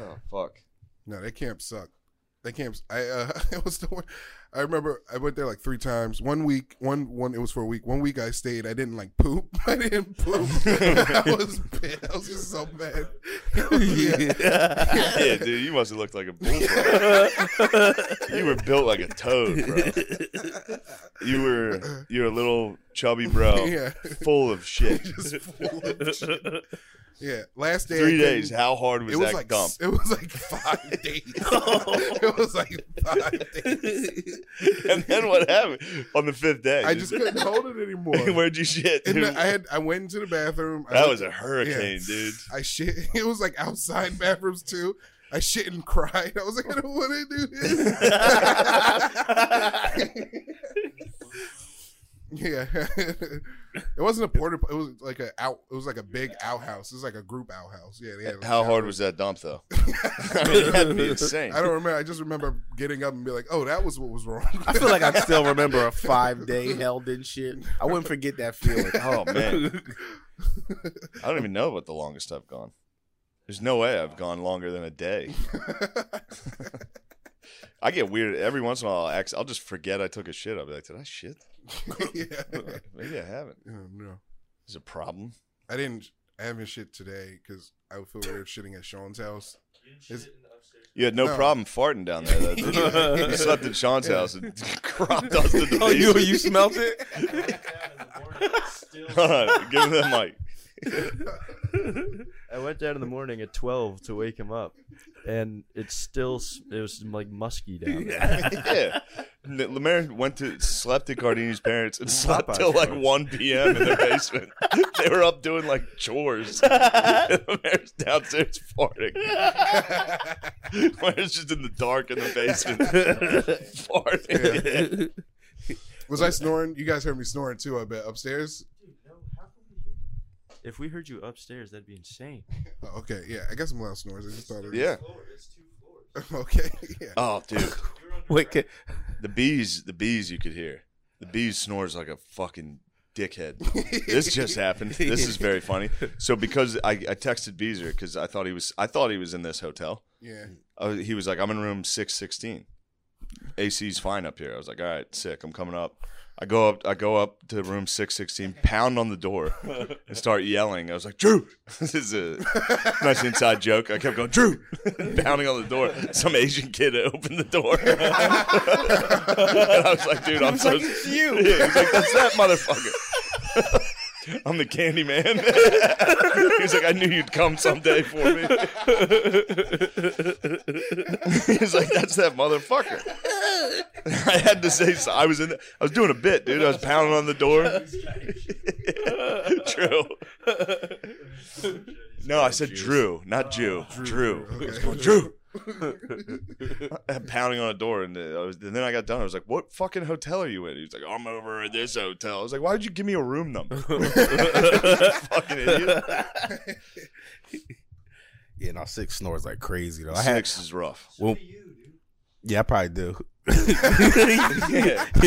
Oh fuck.
<laughs> <laughs> No, that camp sucked. That camp. I uh, it was the one. I remember I went there like three times. One week, one one it was for a week. One week I stayed. I didn't like poop. <laughs> I didn't poop. I was pissed. I was just so
<laughs>
mad.
yeah, dude, you must have looked like a bullfrog. you were built like a toad, bro. You were you're a little chubby bro,
Yeah.
full of shit.
<laughs> Just full
<laughs>
of shit. Yeah, last day. I
Three
couldn't-
days. How hard was,
It was
that
like
dump?
it was like five days. it was like five days.
<laughs> and then what happened on the fifth day?
I
<laughs>
just couldn't hold it anymore.
where'd you shit?
And
dude?
I had I went into the bathroom. I
that
went-
was a hurricane,
Yeah.
dude.
I shit. <laughs> It was like outside bathrooms too. I shit and cried. <laughs> I was like, I don't want to do
<laughs>
<laughs>
this. <laughs> yeah, <laughs> it wasn't a porter. It was like a out. It was like a big outhouse. It was like a group outhouse. Yeah. They had like
How hard
outhouse.
was that dump though? <laughs> I mean, that'd
<laughs>
be insane.
I don't remember. I just remember getting up and be like, "Oh, that was what was wrong."
<laughs> I feel
<laughs>
like I still remember a five day held in shit. I wouldn't forget that <laughs> feeling.
Oh <laughs> man, I don't even know what the longest I've gone. There's no way I've gone longer than a day. I get weird every once in a while. I'll, act, I'll just forget I took a shit. I'll be like, "Did I shit?
<laughs>
<laughs>
yeah.
Maybe I haven't."
Oh, no,
Is it a problem?
I didn't. I haven't shit today because I would feel weird shitting at Sean's house. It's-
You had no,
No.
problem farting down there. That
<laughs>
day. you slept at Sean's house and <laughs> crop dusted the
Oh, you
basement.
you
<laughs>
smelt it?
Hold on, give him the mic.
I went down in the morning at twelve to wake him up, and it's still s- it was like musky down there.
<laughs> yeah. N- Lemaire went to slept at Cardini's parents and slept
Popeye's
till like
parents.
1 p.m. in their basement. they were up doing like chores. And Lemaire's downstairs farting. <laughs> Lemaire's just in the dark in the basement <laughs> farting.
Was I snoring? You guys heard me snoring too. I bet upstairs.
If we heard you upstairs, that'd
<laughs>
be insane.
Oh, okay, yeah. I guess I'm loud snores. I just thought. It <laughs>
Yeah.
Okay. <laughs> Yeah.
Oh, dude.
Wait, can,
The bees, the bees you could hear. The bees snores like a fucking dickhead. this just happened. This is very funny. So because I, I texted Beezer because I thought he was I thought he was in this hotel.
Yeah.
I was- he was like, I'm in room 616. AC's fine up here. I was like, all right, sick. I'm coming up. I go up. I go up to room 616, pound on the door, and start yelling. I was like, Drew. <laughs> this is a nice inside joke. I kept going, Drew, <laughs> pounding on the door. Some Asian kid opened the door. <laughs> and I was like, dude, I'm so.
it's you.
Yeah, he was like, that's that motherfucker. <laughs> I'm the candy man. he was like, I knew you'd come someday for me. He's like, that's that motherfucker. I had to say, so I was in, I was doing a bit, dude. I was pounding on the door. True. No, I said Drew, not Jew. Drew. I was going, Drew. I'm pounding on a door, and, uh, I was, and then I got done. I was like, "What fucking hotel are you in?" He was like, "I'm over at this hotel." I was like, "Why did you give me a room number?" <laughs> fucking idiot.
yeah, no, six snores like crazy though. I had,
Six is rough.
well, yeah, I probably do. <laughs> yeah, <laughs> I,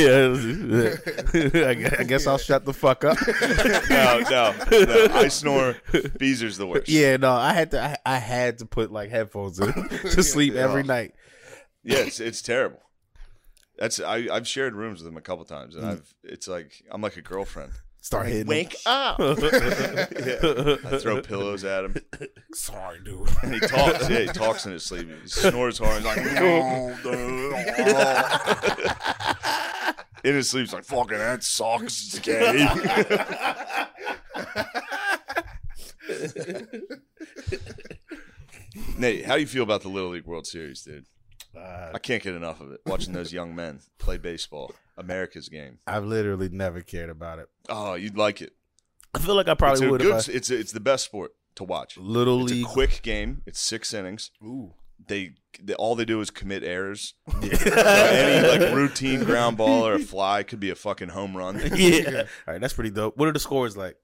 gu- I guess I'll shut the fuck up.
<laughs> no, no,
<laughs>
no. I snore. Beezer's the worst.
Yeah, no, I had to. I, I had to put like
<laughs>
headphones in to sleep every night.
Yeah, it's, it's terrible. That's I, I've shared rooms with him a couple times,
Mm.
and I've it's like I'm like a girlfriend.
Start hitting.
Wake up!
<laughs>
I throw pillows at him,
Sorry, dude.
and he talks. Yeah, he talks in his sleep. He snores hard. He's like, in his sleep, he's like, "Fucking that sucks, it's gay." Nate, how do you feel about the Little League World Series, dude? I can't get enough of it. Watching those young men play baseball, America's game.
I've literally never cared about it.
Oh, you'd like it.
I feel like I
It's
probably
a
would
good.
have.
It's it's the best sport to watch.
Little
It's a
league.
quick game. It's six innings.
Ooh.
<laughs>
They, they all they do is commit errors. <laughs> Any like routine
<laughs>
ground ball or a fly could be a fucking home run.
yeah. All right, that's pretty dope. What are the scores like?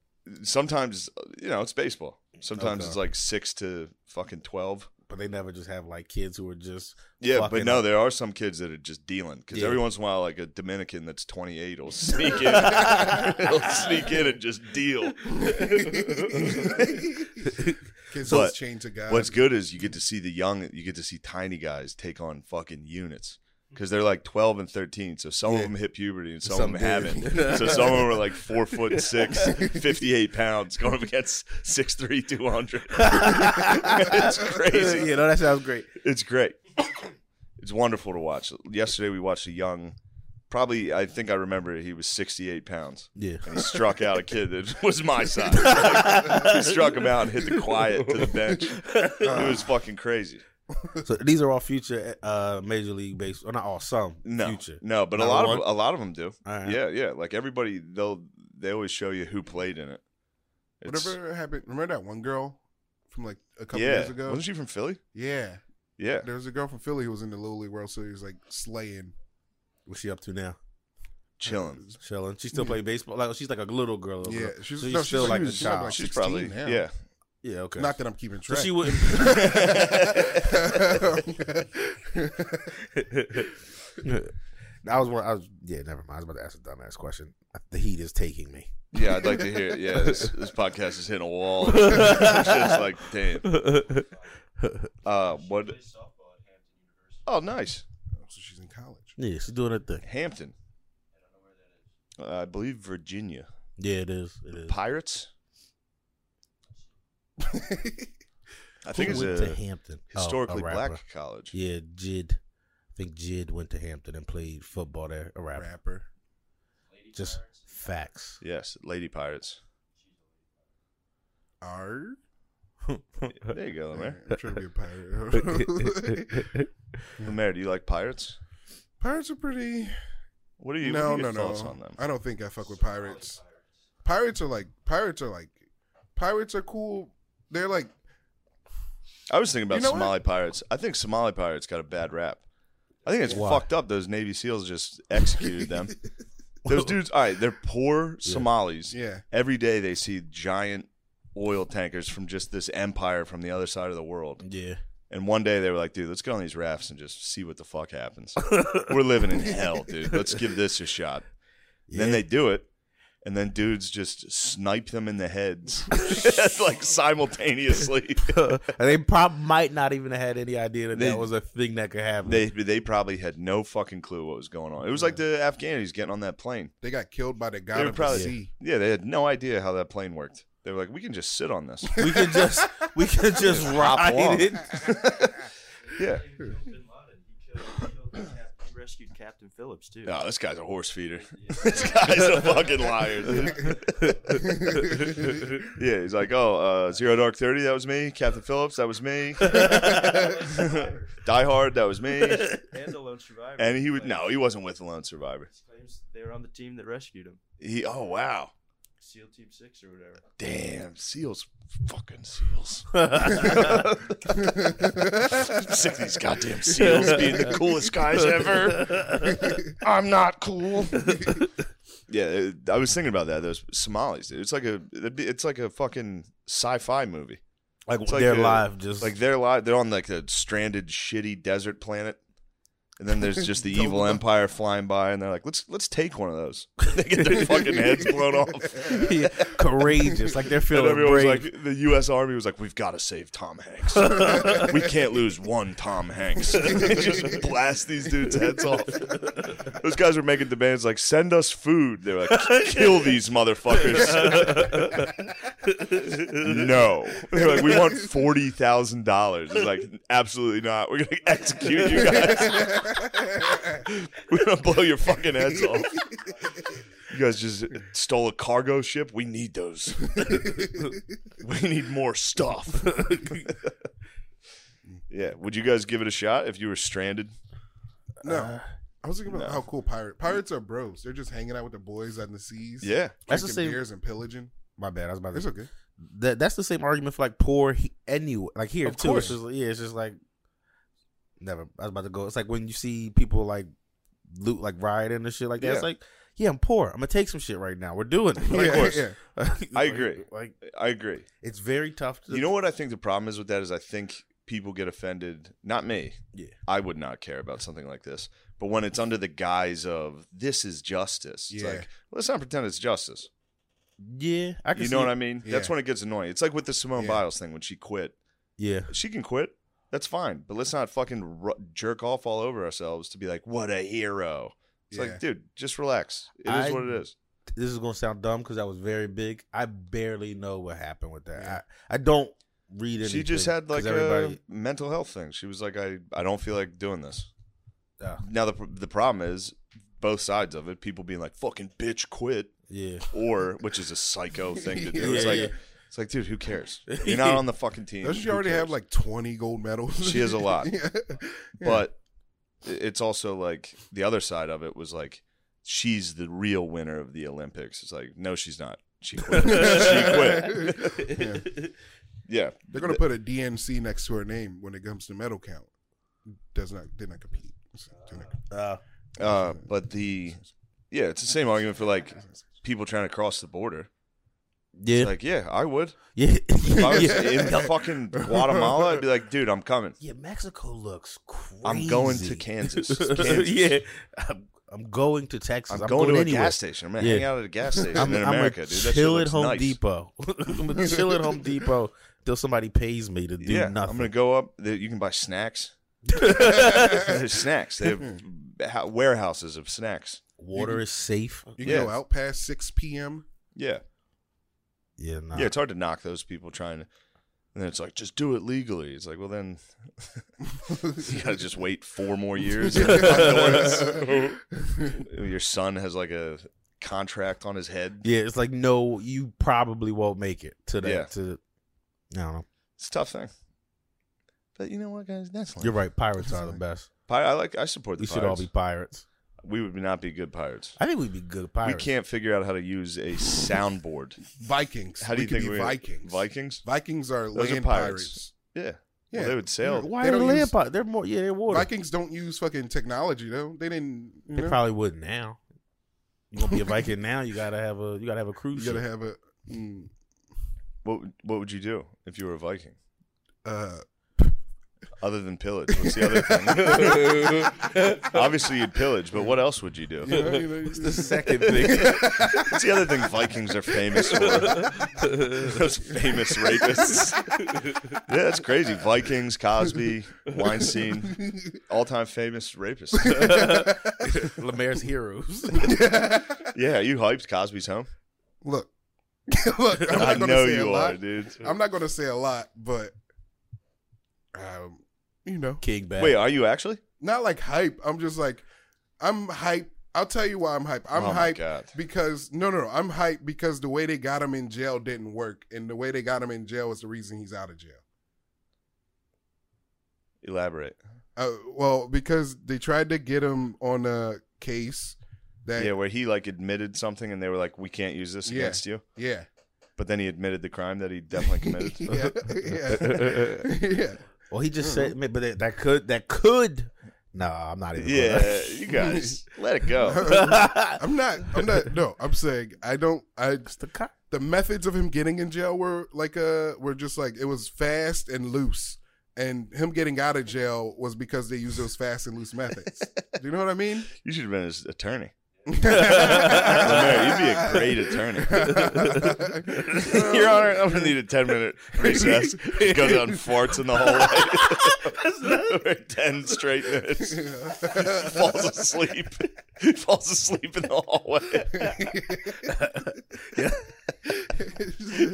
Sometimes you know it's baseball. Sometimes
Okay.
it's like six to fucking twelve.
But they never just have like kids who are <laughs> just
Yeah, but
fucking-
no, there are some kids that are just dealing because
Yeah.
every once in a while, like a Dominican that's 28 <laughs> will sneak in, he'll sneak in and just deal.
Kids
But
just chained to God.
What's good is you get to see the young, you get to see tiny guys take on fucking units. because they're like 12 and 13. So some
Yeah.
of them hit puberty and some,
Some
of them
did. <laughs>
haven't. so some of them are like four foot six, 58 pounds, going up against 6'3,
<laughs>
200. it's crazy.
yeah, no, that sounds great.
It's great. It's wonderful to watch. Yesterday we watched a young, probably, I think I remember he was 68 pounds.
Yeah.
And he struck out a kid that <laughs> was my
<laughs>
size. Like, he struck him out and hit the quiet to the bench. It was fucking crazy.
So these are all future uh, major league baseball. Well, not all, some
No,
future.
no, but
Not
a lot
one?
of a lot of them do.
All right.
Yeah, yeah. Like everybody, they'll they always show you who played in it. It's-
Whatever happened. Remember that one girl from like a couple
yeah.
years ago?
Wasn't she from Philly?
Yeah.
Yeah.
There was a girl from Philly who was in the Little League World Series, like slaying.
What's she up to now?
Chilling.
Chilling. She still play baseball. Like she's like a little girl.
Yeah,
So
she's-
she's,
no, she's
still
like-
like,
she's
a
like-
child.
like-
She's
16
probably
now.
yeah.
yeah. Okay.
Not that I'm keeping
so
track. Oh,
she
<laughs>
<laughs>
wouldn't. <laughs> I was one. I was yeah. Never mind. I was about to ask a dumbass question. The heat is taking me.
Yeah, I'd like to hear. It.
<laughs>
Yeah, this, this podcast is hitting a wall. <laughs> it's just like damn. Uh, what? Oh, nice.
so she's in college.
Yeah, she's doing her thing.
Hampton. Uh, I believe Virginia
Yeah, it is. It is.
Pirates. <laughs> I think
Who
it's
went to
a
Hampton. Oh, a
historically
rapper.
black college.
Yeah, Jid. I think Jid went to Hampton and played football there. A rapper.
Rapper.
Just facts.
Yes, Lady Pirates.
R.
There you go, Lemaire.
I'm trying to be a pirate.
<laughs> Lemaire, do you like pirates?
Pirates are pretty.
What are you?
no,
what are
no,
your
no.
thoughts on them?
I don't think I fuck with pirates. Pirates are like pirates are like pirates are cool. They're like
I was thinking about
You know
Somali pirates. I think Somali pirates got a bad rap. I think it's
Why?
fucked up. Those Navy SEAls just executed
<laughs>
them. Those dudes, all right, they're poor Somalis.
yeah.
Every day they see giant oil tankers from just this empire from the other side of the world.
Yeah.
And one day they were like, dude, let's get on these rafts and just see what the fuck happens. we're living in hell, dude. Let's give this a shot. Then
Yeah.
they do it, and then dudes just snipe them in the heads <laughs> like simultaneously.
<laughs> And they probably might not even have had any idea that
They-
that was a thing that could happen.
they they probably had no fucking clue what was going on. It was like the Afghanis getting on that plane.
They got killed by the
They
god
were
of
probably- <laughs>
the sea. <laughs>
Yeah, they had no idea how that plane worked. They were like, we can just sit on this.
we could just we
<laughs>
could just
hop
ride
along.
it.
yeah.
He rescued Captain Phillips too.
No, this guy's a horse feeder. <laughs> this guy's a fucking liar. dude. <laughs> yeah, he's like, oh, uh, Zero Dark Thirty, that was me. Captain Phillips, that was me. Die Hard, that was me.
and the lone survivor.
And he would no, he wasn't with the Lone Survivor.
He claims they were on the team that rescued him,
He oh wow,
SEAL Team Six or whatever.
damn seals, fucking seals. <laughs> Sick of these goddamn seals being the coolest guys
<laughs>
ever. <laughs> I'm not cool. yeah, it- I was thinking about that. Those Somalis, dude. It's like a, it'd be- it's like a fucking sci-fi movie.
Like
It's like
they're
a-
live, just <laughs>
Like they're li- they're on like a stranded, shitty desert planet. And then there's just the
Don't
evil
laugh.
empire flying by, and they're like, "Let's let's take one of those." <laughs> they get their fucking heads blown
<laughs>
off.
Yeah, courageous. Like they're
<laughs> And
feeling
everyone was
brave.
like, the U.S. Army was like, we've got to save Tom Hanks. we can't lose one Tom Hanks. <laughs> just blast these dudes' heads off. Those guys were making demands like, send us food. They were like, kill these motherfuckers.
<laughs>
<laughs> no. They were like, we want $40,000. It's like, absolutely not. We're going to execute you
<laughs>
guys. <laughs> we're going to blow your fucking heads off. You guys just stole a cargo ship. We need those. <laughs> we need more stuff. <laughs> yeah. Would you guys give it a shot if you were stranded?
No. I was thinking about how cool pirate pirates are bros. They're just hanging out with the boys on the seas.
Yeah.
That's the
drinking
same-
beers and pillaging.
My bad. I was about
It's
to.
okay.
That, that's the same argument for like poor he, anyway. Like here
Of
too.
course.
It's just, yeah, it's just like never. I was about to go. It's like when you see people like loot, like rioting and shit like that.
Yeah.
It's like, yeah, I'm poor. I'm gonna take some shit right now. We're doing
<laughs>
it. Like,
yeah,
course.
yeah.
I agree.
Like
I agree.
it's very tough. To,
You know what I think the problem is with that is I think people get offended. Not me.
Yeah.
I would not care about something like this. But when it's under the guise of this is justice, it's
Yeah.
like, let's not pretend it's justice.
Yeah, I can.
You
see
know what
it.
I mean? That's
Yeah.
when it gets annoying. It's like with the Simone
Yeah.
Biles thing when she quit.
Yeah,
She can quit. That's fine, but let's not fucking ru jerk off all over ourselves to be like, "What a hero!" It's
Yeah.
like, dude, just relax. It is
I-
what it is.
this is gonna sound dumb because I was very big. I barely know what happened with that. I, I don't read anything.
She just had like
'cause
a mental health thing. She was like, "I I don't feel like doing this."
Yeah.
Now the pr- the problem is both sides of it. People being like, "Fucking bitch, quit,"
yeah,
or which is a
<laughs>
psycho thing to do. it's
Yeah,
like
yeah.
it's like, dude, who cares? You're
<laughs>
not on the fucking team.
Doesn't she
Who
already
cares?
have like 20 gold medals?
She has a lot.
<laughs> yeah.
but i- it's also like the other side of it was like she's the real winner of the Olympics. It's like no, she's not.
<laughs>
She quit. she quit.
Yeah.
Yeah,
They're gonna put a DNC next to her name when it comes to medal count. Does not did not compete. Did not compete.
uh,
uh, but the yeah, it's the same argument for like people trying to cross the border.
yeah,
Like yeah, I would.
yeah.
If I was
<laughs> yeah.
in fucking Guatemala, I'd be like, dude, I'm coming.
Yeah, Mexico looks crazy.
I'm going to Kansas. Kansas.
<laughs> yeah, I'm, I'm going to Texas.
I'm, going, to a
anywhere.
gas station. I'm gonna hang
Yeah.
out at a gas station
<laughs> I'm,
in
I'm
America,
a
dude. That shit
chill at
looks
Home
nice.
Depot. <laughs> I'm gonna chill at Home
<laughs>
Depot till somebody pays me to do
Yeah, I'm
nothing.
gonna go up. there- You can buy
<laughs>
snacks. There's snacks. They have ha- warehouses of snacks.
Water is safe.
You can
<laughs>
go
Yeah.
out past 6 p.m.
Yeah,
Uh-huh. Yeah, nah.
yeah. It's hard to knock those people trying to. And then it's like, just do it legally. It's like, well, then <laughs> you gotta just wait four more
<laughs>
<laughs>
years. <laughs> Your son has like a contract on his head.
Yeah, it's like no, you probably won't make it to that.
Yeah.
To, I don't know.
It's a tough thing. But you know what, guys? That's life.
You're right. Pirates are the best.
Pi- I like. I support the
We
pirates.
should all be pirates.
we would not be good pirates.
I think we'd be good
We
pirates.
can't figure out how to use a soundboard.
Vikings.
How do you
we could
think
be
we
Vikings?
Vikings?
Vikings are
Those are
land
pirates.
pirates.
Yeah.
Yeah.
Well, they would sail.
Why
Why
they
are
don't
they
use-
about? They're more. Yeah, they're water.
Vikings don't use fucking technology though. They didn't. You,
they
know?
probably would now. You gonna be a Viking now? You gotta have a. You gotta have a cruise.
you gotta
ship.
have a mm,
What would- What would you do if you were a Viking?
uh,
<laughs> Other than pillage, what's the other
<laughs>
thing? Obviously, you'd pillage, but what else would you do? <laughs>
you know, you know,
What's the second thing?
What's the other thing Vikings are famous for? Those famous rapists.
<laughs>
yeah, that's crazy. Vikings, Cosby, Weinstein, all-time famous
<laughs>
rapists.
Lemaire's <laughs> heroes.
<laughs> Yeah, you hyped Cosby's home.
<laughs> look, look. <laughs> I'm not
I
gonna
know
say a
you
lot.
are, dude.
I'm not gonna say a lot, but um, you know,
King back.
uh,
Wait, are you actually?
not like hype. I'm just like, I'm hype. I'll tell you why I'm hype. I'm
Oh my
hype
God.
because no, no, no. I'm hype because the way they got him in jail didn't work, and the way they got him in jail is the reason he's out of jail.
Elaborate.
Uh, well, because they tried to get him on a case that
Yeah,
yeah,
where he like admitted something, and they were like, "We can't use this
Yeah.
against you."
yeah,
But then he admitted the crime that he definitely
<laughs>
committed.
yeah, yeah. <laughs>
Well, he just
uh-huh.
said, but that, that could that could. No, I'm not even.
yeah, you guys, let it
<laughs>
go.
Gonna.
I'm not. I'm not. No, I'm saying I don't. I
it's the cop.
the methods of him getting in jail were like uh were just like it was fast and loose. And him getting out of jail was because they used those fast and loose methods. Do you know what I
<laughs>
mean?
You should have been his attorney.
You'd
Lemire, you'd be a great
<laughs>
<laughs>
attorney.
<laughs> Your Honor,
<laughs>
I'm gonna need a 10 minute recess. He goes out and farts in the hallway for 10 straight minutes. <laughs> Falls
<laughs>
asleep. Falls asleep in the hallway.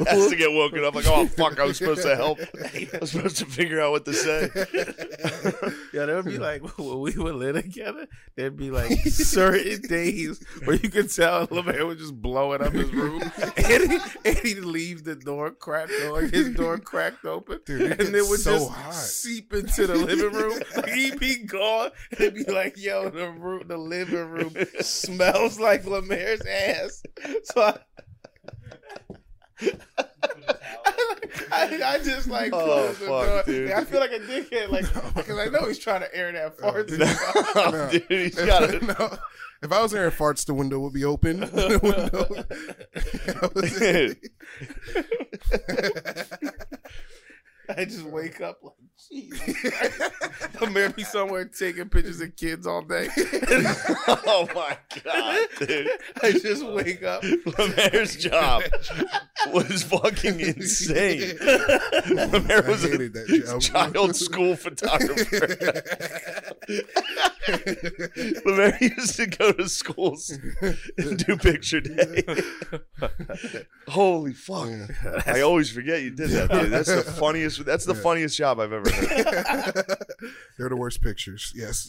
Has to <laughs> get woken up like, oh fuck, I was supposed to help. I was supposed to figure out what to say.
<laughs> Yeah, there would be like when we would live together, there'd be like <laughs> certain days where you could tell LeMay was just blowing up his <laughs> room and he, and he'd leave the door cracked open, his door cracked open,
Dude, it gets
and it would
so
just
hot.
seep into the living <laughs> room. Like he'd be gone and it'd be like, yo, the room, the living <laughs> room smells like LeMaire's ass. So I. I, I just like
Oh,
closed the
fuck,
door.
dude.
I feel like a dickhead, like because I know he's trying to air that fart.
<laughs> No, <laughs> dude, he's got
<laughs>
it.
<laughs> No. If I was there in farts, the window would be open. <laughs> The window.
Dude,
I just wake up like, Jesus. Christ.
<laughs>
I'm gonna be somewhere taking pictures of kids all <laughs> day.
oh my god, dude!
I just wake up.
Lemaire's job was fucking
<laughs>
insane. Lemaire was
I
a
hated that job.
child
<laughs>
school photographer. Lemaire used to go to schools and do picture
<laughs>
day. Holy <laughs> fuck! I always forget you did that. Dude.
<laughs>
That's the funniest. That's the
Yeah.
funniest job I've ever
<laughs>
heard.
They're the worst pictures.
<laughs>
Yes.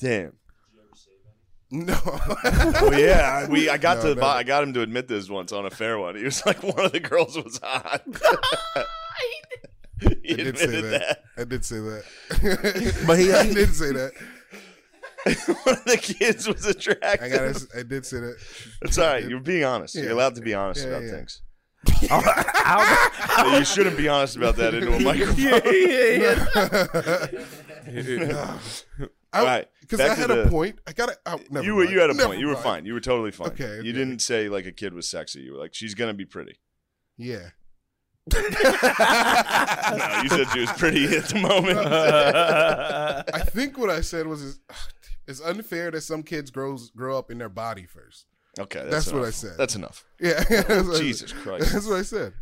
Damn. <laughs>
no.
Well, yeah, we. I got
No,
to.
man.
I got him to admit this once on a fair one. He was like, <laughs> one of the girls was
<laughs>
hot. he
I did say
admitted
that.
that.
I did
<laughs>
say that.
But he-
I did say that.
<laughs> one of the kids was attractive.
I got. to I did say that.
<laughs> It's all right. You're being honest.
Yeah.
You're allowed to be honest
Yeah,
about
yeah.
things.
I'll-
But you shouldn't be honest about that
<laughs>
into a microphone.
yeah, yeah,
I,
All
<laughs>
right,
Because
back
I
to
had a
the-
point. I got to. Oh, never
You were.
mind.
You had a
Never
point. You were
mind.
fine. You were totally fine.
Okay, okay.
You didn't say like a kid was sexy. You were like, she's gonna be pretty.
<laughs> Yeah.
No, you said she was pretty at the
<laughs>
moment.
yeah.
I think what I said was, is, ah, it's unfair that some kids grows grow up in their body first.
okay, that's,
That's, what
enough.
I said.
That's
<laughs>
enough.
yeah. That's what I
Jesus
said.
Christ.
That's what I said.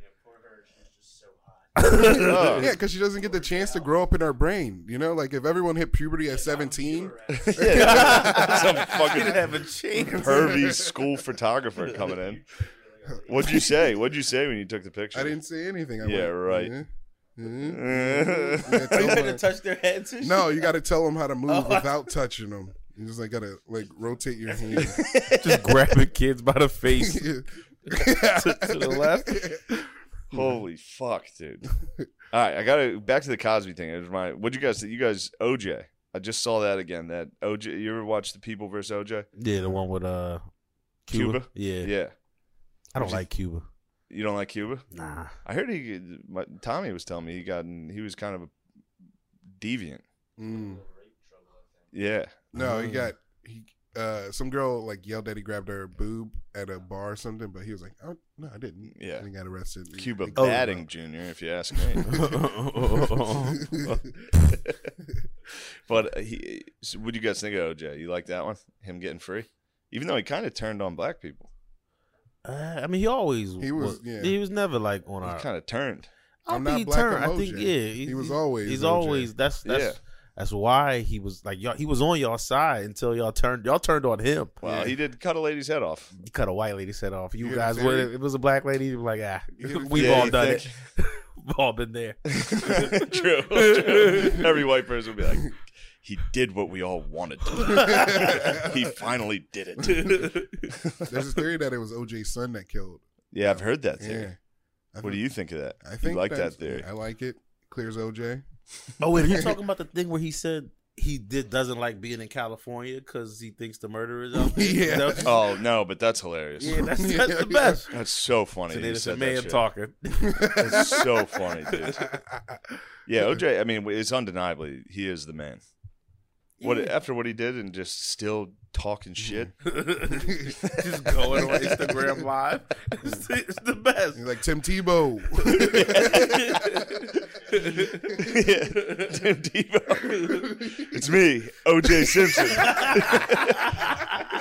Uh.
Oh.
Yeah, because she doesn't get the chance to grow up in her brain. You know, like if everyone hit puberty at 17,
Yeah. Some
<laughs> I didn't
fucking
have a chance.
pervy school photographer coming in. What'd you say? What'd you say when you took the picture? <laughs>
I didn't say anything. I
Yeah,
went,
right.
"Mhm,
<laughs>
mhm."
didn't.
Yeah, tell
You had to
them-
touch their heads. and
no,
<laughs>
you got to tell them how to move
Oh.
without touching them. You just like gotta like rotate your hand. <laughs>
shit. just grabbing kids by the <laughs> face
to,
<laughs> to the left.
Holy fuck, dude! All right, I got to back to the Cosby thing. It was my. What'd you guys? You guys, OJ. I just saw that again. That OJ. You ever watch The People versus OJ?
Yeah, the one with uh
Cuba?
Yeah.
Yeah.
I don't like Cuba.
You don't like Cuba?
<laughs>
Nah.
I heard he. My, Tommy was telling me he got. In, he was kind of a deviant.
<laughs> Mm.
Yeah.
No, he
Mm.
got he. Uh, some girl like yelled at he grabbed her boob at a bar or something, but he was like, "Oh no, I didn't."
Yeah.
and he got arrested.
Cuba
He-
batting junior, if you ask me. <laughs> But uh, he, so what do you guys think of OJ? You like that one? Him getting free, even though he kind of turned on black people.
<laughs> Uh, I mean, he always
He was- yeah.
He was never like on
He
our.
kind of turned.
I
I'm
don't
not
think he
black,
turned.
I'm
I think
OJ.
yeah, he,
He was
he's-
always
He's
OJ.
always that's that's that's why he was like y'all. He was on y'all side until y'all turned y'all turned on him.
Wow,
Yeah.
he did cut a lady's head off.
He cut a white lady's head off. You
You
guys,
understand?
would if it was a black lady, you'd be like, ah,
understand?
<laughs> <laughs> we've
Yeah,
all
you
done
think?
it. We've all been there.
<laughs>
<laughs>
true, true. Every white person would be like, he did what we all wanted to. do.
<laughs>
he finally did it.
There's a theory that it was OJ's son that killed.
yeah, I've heard that theory.
Yeah, I
What do
think-
you think of that?
I think
you like that
that's-
theory.
I like it. Clears OJ.
Oh wait, are you <laughs> talking about the thing where he said he did doesn't like being in California because he thinks the murder is out there? <laughs>
Yeah.
That was-
Oh no, but that's hilarious.
yeah, that's,
<laughs> Yeah,
that's the
yeah.
best.
That's so funny.
Today,
you
it's a
said that
man
shit.
talking.
<laughs>
That's so funny,
<laughs>
dude. Yeah, OJ. I mean, it's undeniably he is the man. What after what he did and just still talking
<laughs>
shit. <laughs>
just going <laughs> on Instagram Live. <laughs> It's the, it's the best.
He's like Tim Tebow.
<laughs> Yeah. Tim Tebow. It's me, OJ Simpson.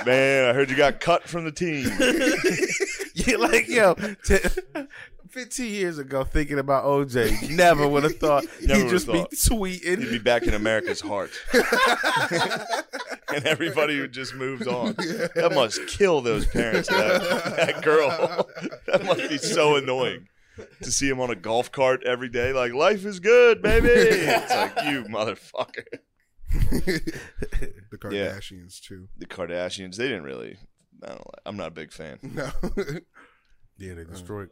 Man, I heard you got cut from the team.
<laughs> Yeah, like yo, t- fifteen years ago, thinking about OJ, <laughs> never would have thought
Never
he'd just
would've
be
You'd
tweeting.
be back in America's heart. and everybody would just moved
<laughs>
on. Oh, That must kill those parents, of that, that
<laughs>
girl. that must be so annoying. To see him on a golf cart every day, like life is good, baby. It's like you motherfucker.
the Kardashians too.
The Kardashians, they didn't really. I don't. like- I'm not a big fan.
<laughs> No, Uh,
Yeah, they destroyed.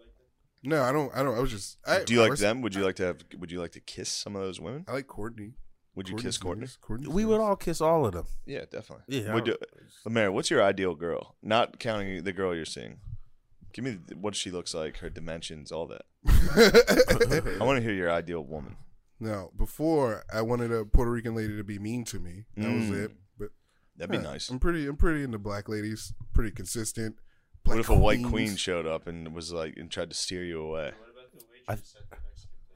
no, I don't. I don't. I was just. I,
Do you
I
like
res-
them? Would you like to have? Would you like to kiss some of those women?
I like Courtney.
Would you kiss Courtney?
nice. Courtney's
We would
nice.
all kiss all of them.
Yeah, definitely.
Yeah, I
Would you,
don't-
Lamar, what's your ideal girl? Not counting the girl you're seeing. Give me th- what she looks like, her dimensions, all that.
<laughs>
I want to hear your ideal woman.
<laughs> No, before I wanted a Puerto Rican lady to be mean to me. That was
Mm.
it. But
That'd be
yeah,
nice.
I'm pretty. I'm pretty into black ladies. Pretty consistent.
What
Black
if a white queen
queens.
showed up and was like and tried to steer you away?
I,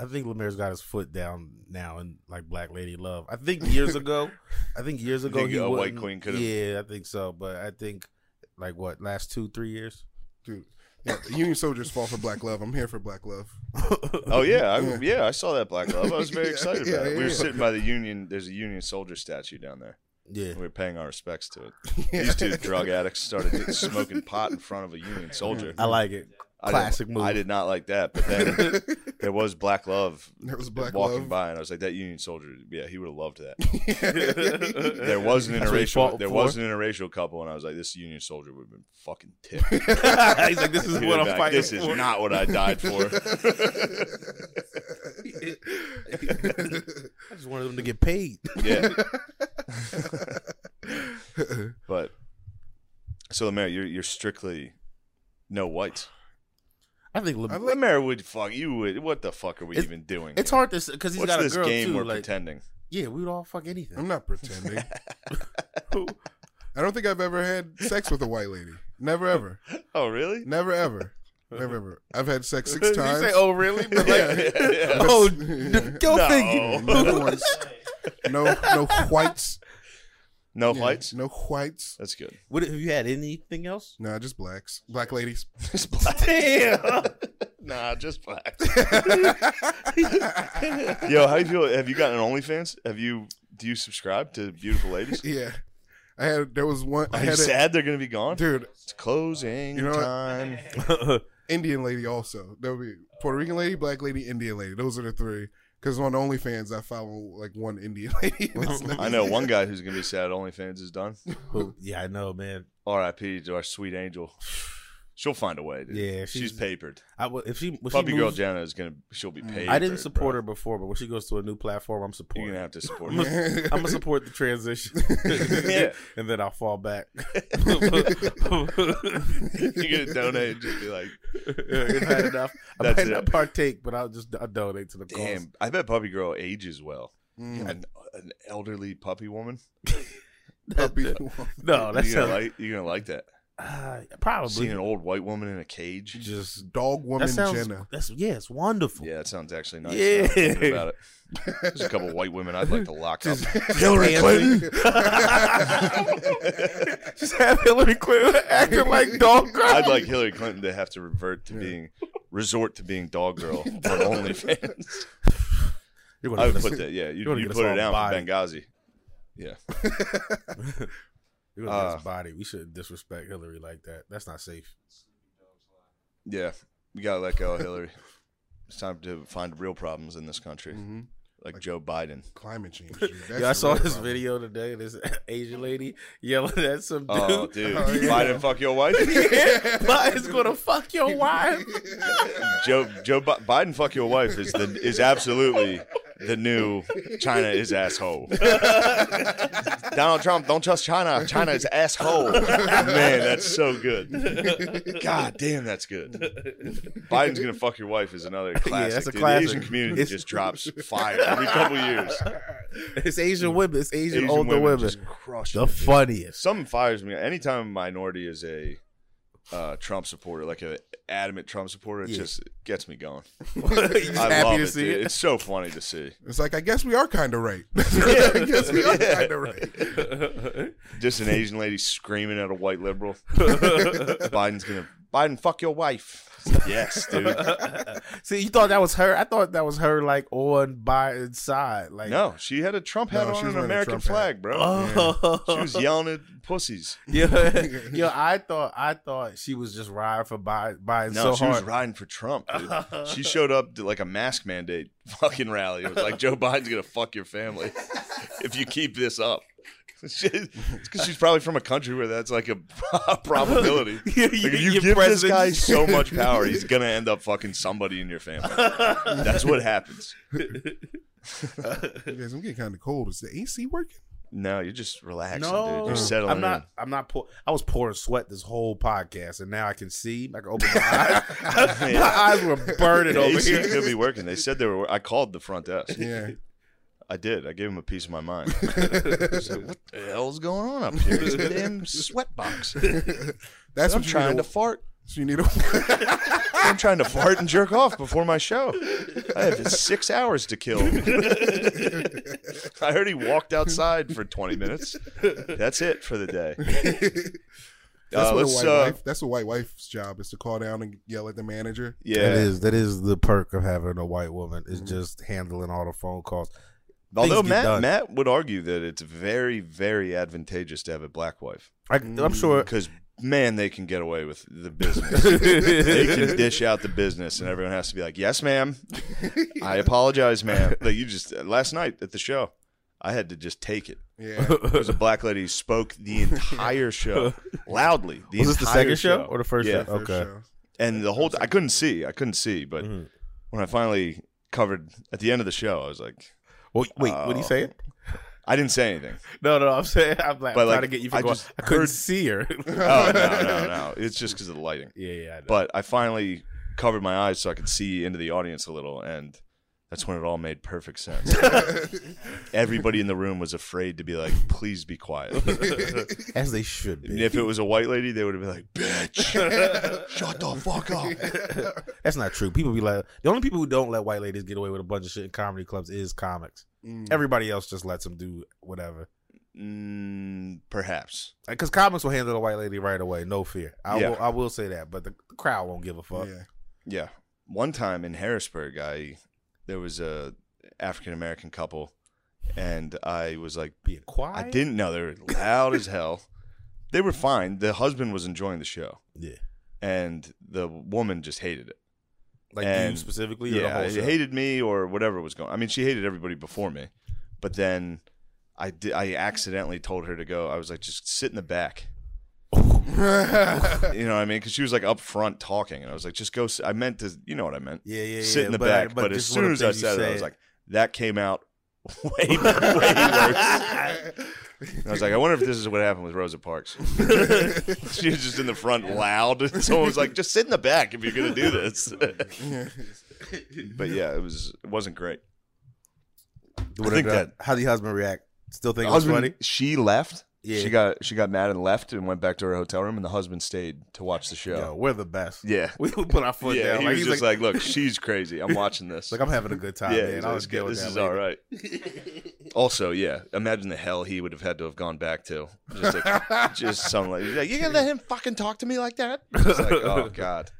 I think Lemare's got his foot down now in like Black Lady Love. I think <laughs> years ago, I think years ago
think
he
a White
wouldn't-
Queen could've-
Yeah, I think so. But I think like what last two three years.
dude. Yeah, the Union soldiers fall for black love. I'm here for black love.
Oh yeah, I, yeah. I saw that Black Love. I
<laughs>
was very
Yeah,
excited
yeah,
about it.
yeah,
we were
yeah.
sitting by the Union. There's a Union soldier statue down there.
yeah,
and we were paying our respects to it. These
<laughs>
two drug addicts started smoking pot in front of a Union soldier.
I like <laughs> it.
I didn't-
classic movie.
I did not like that, but then
<laughs>
there was Black Love
There was black
walking
love.
by, and I was like, "That Union soldier, yeah, he would have loved that."
<laughs>
Yeah.
There was an
That's what he
interracial,
fought
there
for.
was an interracial couple, and I was like, "This Union soldier would have been fucking tipped."
<laughs> He's like, this is
He'd
what
have
I'm
been like,
fighting
this is
for.
not what I died
<laughs>
<laughs>
for.
I just wanted them to get paid.
yeah, but so Lemaire, you're you're strictly no whites.
I think Lemaire.
Lemaire would fuck you. Would what the fuck are we
It's-
even doing?
It's hard to because he's
What's
got a
this
girl
game
too.
we're
like,
pretending?
yeah, we would all fuck
<laughs>
anything. <laughs>
I'm
<laughs>
not pretending. I don't think I've ever had sex with a white lady. Never ever.
Oh really?
Never ever. Never ever. I've had sex
<laughs>
six times.
"Oh, really?" <laughs> But
Yeah, yeah, <laughs>
<laughs>
yeah.
oh,
Yeah. <laughs>
go
No.
figure.
Never once. No, no whites.
No
Yeah,
whites.
No whites.
That's good.
What have you had
<laughs>
anything else?
Nah, just blacks. Black ladies. <laughs>
Just black. Damn. <laughs> nah, just black. <laughs> Yo, how you feel? Have you gotten an OnlyFans? Have you? Do you subscribe to beautiful ladies?
Yeah. I had there was one I
Are you
had a
sad they're gonna be gone?
dude,
It's closing
You know what?
time.
Indian lady also. There would be Puerto Rican lady, black lady, Indian lady. Those are the three. Because on OnlyFans, I follow like one Indian <laughs> lady.
<laughs>
It's not-
I know one guy who's gonna be sad. OnlyFans is done.
Who- yeah, I know, man.
R.I.P. to our sweet angel. She'll find a way. Dude.
Yeah,
she's,
she's-
papered.
I would if she if
Puppy
she
girl
moves-
Jana is gonna. She'll be papered.
I didn't support
bro.
her before, but when she goes to a new platform, I'm
You're
supporting.
gonna have to support
I'm
her.
gonna, I'm gonna support the transition,
<laughs> Yeah.
<laughs> and then I'll fall back. <laughs>
You're gonna donate and just be like,
if I had enough, I
That's
might
it.
not partake, but I'll just I'll donate to the cause.
damn. I bet Puppy Girl ages well.
<laughs> Mm,
An, an elderly puppy woman.
puppy.
No, that's
you're Oh, gonna like. You're gonna like that.
uh,
Seeing
<sighs> probably
an old white woman in a cage.
just
Dog woman
that sounds. <laughs>
Jenna.
That's yeah, it's wonderful.
Yeah, that sounds actually nice.
Yeah.
now I'm thinking about it.
<laughs>
There's a couple white women I'd like to lock
<laughs>
up.
Hillary Clinton. <laughs> just have Hillary Clinton acting
<laughs>
like dog
<laughs>
girl.
I'd like Hillary Clinton to have to revert to being resort to being dog
<laughs>
girl on OnlyFans.
You're
I
gonna
would
get us,
put that. Yeah, you,
you wanna
you
get us
put it
all
down
bodied.
for Benghazi. Yeah,
you're gonna get
uh,
his body. We should disrespect Hillary like that. That's not safe.
yeah. We gotta let go of Hillary. It's time to find real problems in this country,
Mm.
Mhm.
like Joe
<laughs>
Biden.
Climate change. dude. That's
Yeah, I
the
saw
real
this
problem. <laughs>
video today. This <laughs> Asian lady yelling at some dude.
Oh,
<laughs>
dude,
Oh, yeah.
Biden fuck your wife.
But it's gonna fuck your wife.
Joe Joe Bi- Biden fuck your wife is the is
<laughs>
absolutely the new China is asshole. Donald Trump don't trust China. China is asshole. Man, that's so good. God damn, that's good. Biden's gonna fuck your wife is another classic.
that's a
dude.
classic.
The Asian community
It's-
just drops fire every couple years.
<laughs> It's Asian women. It's Asian,
Asian
older
women,
women.
just crush
The funniest. <laughs>
something fires me anytime a minority is a uh, Trump supporter, like a adamant Trump supporter, it
Yeah.
just gets me going.
You just
I
happy
love
to
it,
see
dude.
it.
It's so funny to see.
It's like I guess we are kind
<laughs>
of right. <laughs> I guess we are
Yeah.
kind of right.
Just an Asian lady screaming at a white
<laughs>
liberal. Biden's gonna Biden fuck your wife. Yes, dude.
See, you thought that was her. I thought that was her, like on Biden's side. Like,
No, she had a Trump hat
No, she
on
was
an
wearing a
American
Trump hat.
flag, bro.
Oh,
She was yelling at
<laughs>
pussies.
yeah, yeah. I thought, I thought she was just riding for Biden, Biden
No,
so
she was
hard.
riding for Trump. Dude. she showed up to like a mask mandate <laughs> fucking rally. It was like Joe Biden's gonna fuck your family <laughs> if you keep this up. <laughs> She, it's 'cause she's probably from a country where that's like a <laughs> probability.
<laughs>
Like,
<laughs> You-
if
your
you give this
president-
guy so
<laughs>
much power, he's gonna end up fucking somebody in your family. That's what happens.
You guys, I'm getting kind of cold. Is the AC working?
No, you're just relaxing,
No, Uh-huh.
dude. You're settling
I'm not. I'm not. Pour, I was pouring sweat this whole podcast, and now I can see. I can open my
<laughs>
eyes.
Yeah.
My eyes were burning
in.
over
AC
here.
could be working. They said they were. I called the front desk.
Yeah. <laughs>
I did. I gave him a piece of my mind. I was like, what the hell's going on up here? It's a damn sweat box.
That's
I'm
what you
trying
need
to
a,
fart.
so you need a
I'm trying to fart and jerk off before my show. I have six hours to kill.
<laughs>
<laughs>
<laughs>
I already walked outside for 20 minutes. That's it for the day.
<laughs> That's
Uh,
what a
let's,
white
uh,
wife. That's a white wife's job is to call down and yell at
<laughs>
the manager. <laughs>
That
Yeah. Mm-hmm.
is that is the perk of having a white woman is just handling all the phone calls.
Although
Things get
Matt
done.
Matt would argue that it's very very advantageous to have a black wife
I,
Mm-hmm. <laughs>
I'm sure.
because man they can get away with the business.
<laughs>
they can dish out the business and everyone has to be like, "Yes, ma'am. I apologize,
<laughs>
ma'am." Like you just last night at the show, I had to just take it.
<laughs> Yeah.
There's a black lady who spoke the entire show loudly. The
<laughs> was this the
entire
second show or the first
Yeah.
show? Okay. Mm-hmm.
and the whole I couldn't see. I couldn't see, but
Mm.
when I finally covered at the end of the show, I was like,
Well, wait, what are you
Oh.
saying?
I didn't say
<laughs>
anything.
No, no, I'm saying I'm like,
But,
I'm
like,
trying to get you.
I
I,
just
I couldn't
heard-
see
<laughs>
her. <laughs>
Oh no, no, no! It's just because of the lighting.
yeah, yeah. I know.
But I finally covered my eyes so I could see into the audience a little, and that's when it all made perfect sense. Everybody in the room was afraid to be like, "Please be
<laughs>
quiet."
as they should
And
be.
if it was a white lady, they would have been like,
<laughs>
"Bitch, <laughs> shut the fuck up."
That's not true. People be like, the only people who don't let white ladies get away with a bunch of shit in comedy clubs is comics.
Mm.
Everybody else just lets them do whatever.
Mm, perhaps.
Because comics will handle the white lady right away, no fear. I
Yeah.
will, I will say that, but the, the crowd won't give a fuck.
Yeah.
Yeah. One time in Harrisburg, I there was a African American couple, and I was like,
Being quiet,
I didn't know they were loud as hell. They were fine. The husband was enjoying the show,
Yeah,
and the woman just hated it.
like you
And-
specifically. or the
Yeah,
whole
she
show?
hated me or whatever was going. I mean, she hated everybody before me, but then I did. I accidentally told her to go. I was like, just sit in the
<laughs>
back. You know what I mean? Because she was like up front talking, and I was like, just go. s- I meant to. You know what I meant?
Yeah, yeah, yeah.
sit in the
but I-
back. but as
just
soon
one of
as
the
I
things
said
you
it, I was like, that came out <laughs> way, way
<laughs>
worse. <laughs> And I was like, I wonder if this is what happened with Rosa Parks. <laughs>
<laughs>
she was just in the front loud. <laughs> Someone was like, just sit in the back if you're gonna do
<laughs>
this. but yeah, it was it wasn't great.
What
I think
about- how the husband react? Still think it's funny?
she left.
Yeah.
She got she got mad and left and went back to her hotel room and the husband stayed to watch the show.
Yo, we're the best.
Yeah.
<laughs> we would put our foot
yeah, he
down. like,
was
he's
just
like,
like, Look, she's crazy. I'm watching this.
<laughs> like, I'm having a good time,
yeah,
man.
he's
I'll
like,
just deal with
this
that
is
later.
all right.
<laughs>
Also, yeah, imagine the hell he would have had to have gone back to. Just,
<laughs>
like, just some like, like, you gonna let him fucking talk to me like that? It's like, oh god.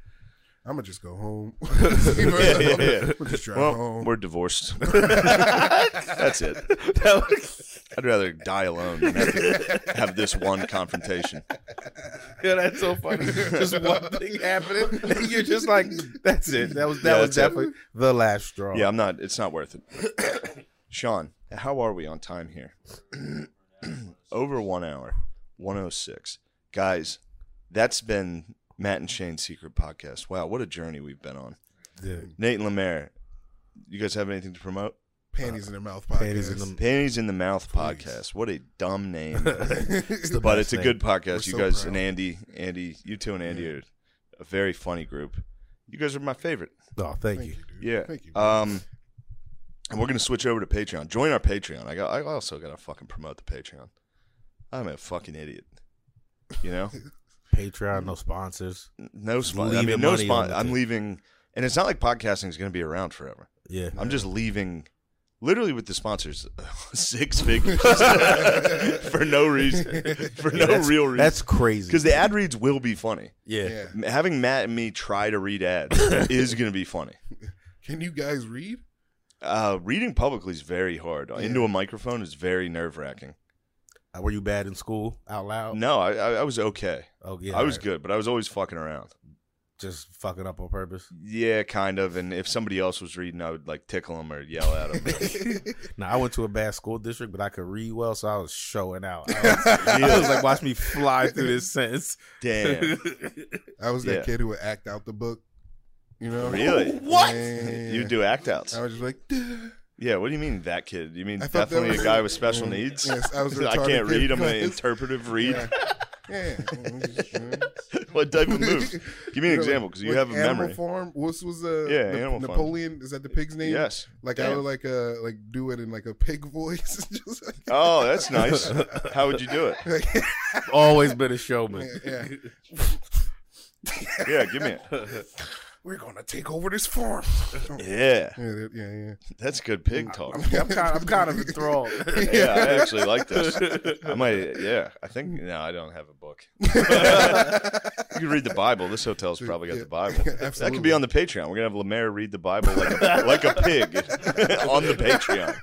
I'm gonna just go home.
<laughs>
<laughs>
Yeah, yeah, yeah.
We'll just drive
Well,
home.
we're
<laughs>
divorced. That's it. I'd rather die alone than have, to <laughs> have this one confrontation.
<laughs> Yeah, that's so funny. <laughs> just
<laughs>
one thing happening, <laughs> and you're just like, that's it. That was that
Yeah,
was
that's it.
definitely the last straw.
Yeah, I'm not. It's not worth it. <coughs> Sean, how are we on time here? <clears throat> Over one hour, 106. Guys, that's been Matt and Shane's Secret Podcast. Wow, what a journey we've been on. <laughs>
Dude,
Nate and Lemaire, you guys have anything to promote?
panties in their mouth. Podcast.
panties in the-
Panties in the Mouth Podcast. What a dumb
<laughs>
name.
it's the
but
best
it's a
thing.
good podcast.
We're
you
so
guys
proud.
and Andy, Andy, you two and Andy are a very funny group. You guys are my favorite.
Oh, thank,
Thank
you.
you, dude.
Yeah.
Thank you.
Um, and we're gonna switch over to Patreon. Join our Patreon. I got. I also gotta fucking promote the Patreon. I'm a fucking idiot. You
<laughs>
know,
Patreon, no sponsors.
no sponsor. I
leaving
mean, no
money on
sponsor.
the
I'm
thing.
leaving, and it's not like podcasting is gonna be around forever.
Yeah,
I'm just leaving. Literally with the sponsors, <laughs> six
<laughs>
figures <laughs> for no reason, for no
that's-
real reason.
that's crazy.
Because the ad reads will be funny.
yeah.
yeah.
M- Having Matt and me try to read
<laughs>
ads is going to be funny.
Can you guys read? <laughs>
Uh, reading publicly is very hard. Into a microphone is very nerve wracking.
Uh, Were you bad in school out
Oh.
loud?
No, I, I, I was okay.
Oh yeah,
I was
alright.
good, but I was always fucking around.
Just fucking up on purpose.
Yeah, kind of. And if somebody else was reading, I would like tickle them or yell at
<laughs>
them.
Now I went to a bad school district, but I could read well, so I was showing out. I
<laughs>
was, I was like, watch me fly through this sentence.
<laughs>
Damn.
I was that
Yeah.
kid who would act out the book. You know?
Really?
What?
Yeah.
You do act outs.
I was just like, "Duh."
Yeah, what do you mean that kid? You mean
I thought that
definitely
was-
a guy with special
Mm,
needs?
yes, I was a
<laughs> I can't
retarded
read.
kid.
I'm an interpretive <laughs> read.
yeah. yeah. Mm, just,
<laughs>
mm.
what type of <laughs> move?
<laughs>
Give me an
You know,
example because you
like
have a
Animal
memory.
Farm. What was uh,
Yeah,
Nap-
Animal Farm.
Napoleon? Is that the pig's name?
Yes.
Like I
Damn.
would like uh like do it in like a pig <laughs> voice. just like,
Oh, that's nice. How would you do it?
<laughs>
Always been a showman.
yeah.
Yeah, give me it.
we're gonna take over this farm.
Yeah,
Yeah, that- yeah, yeah.
that's good pig talk.
I'm kind, I'm kind
<laughs>
of enthralled.
Yeah, I actually like this. I might. Yeah, I think. No, I don't have a <laughs> book. you can read the Bible. This hotel's probably got the Bible.
<laughs>
That could be
Absolutely.
on the Patreon. We're gonna have <laughs> Lemaire read the Bible like a, like a pig on the Patreon.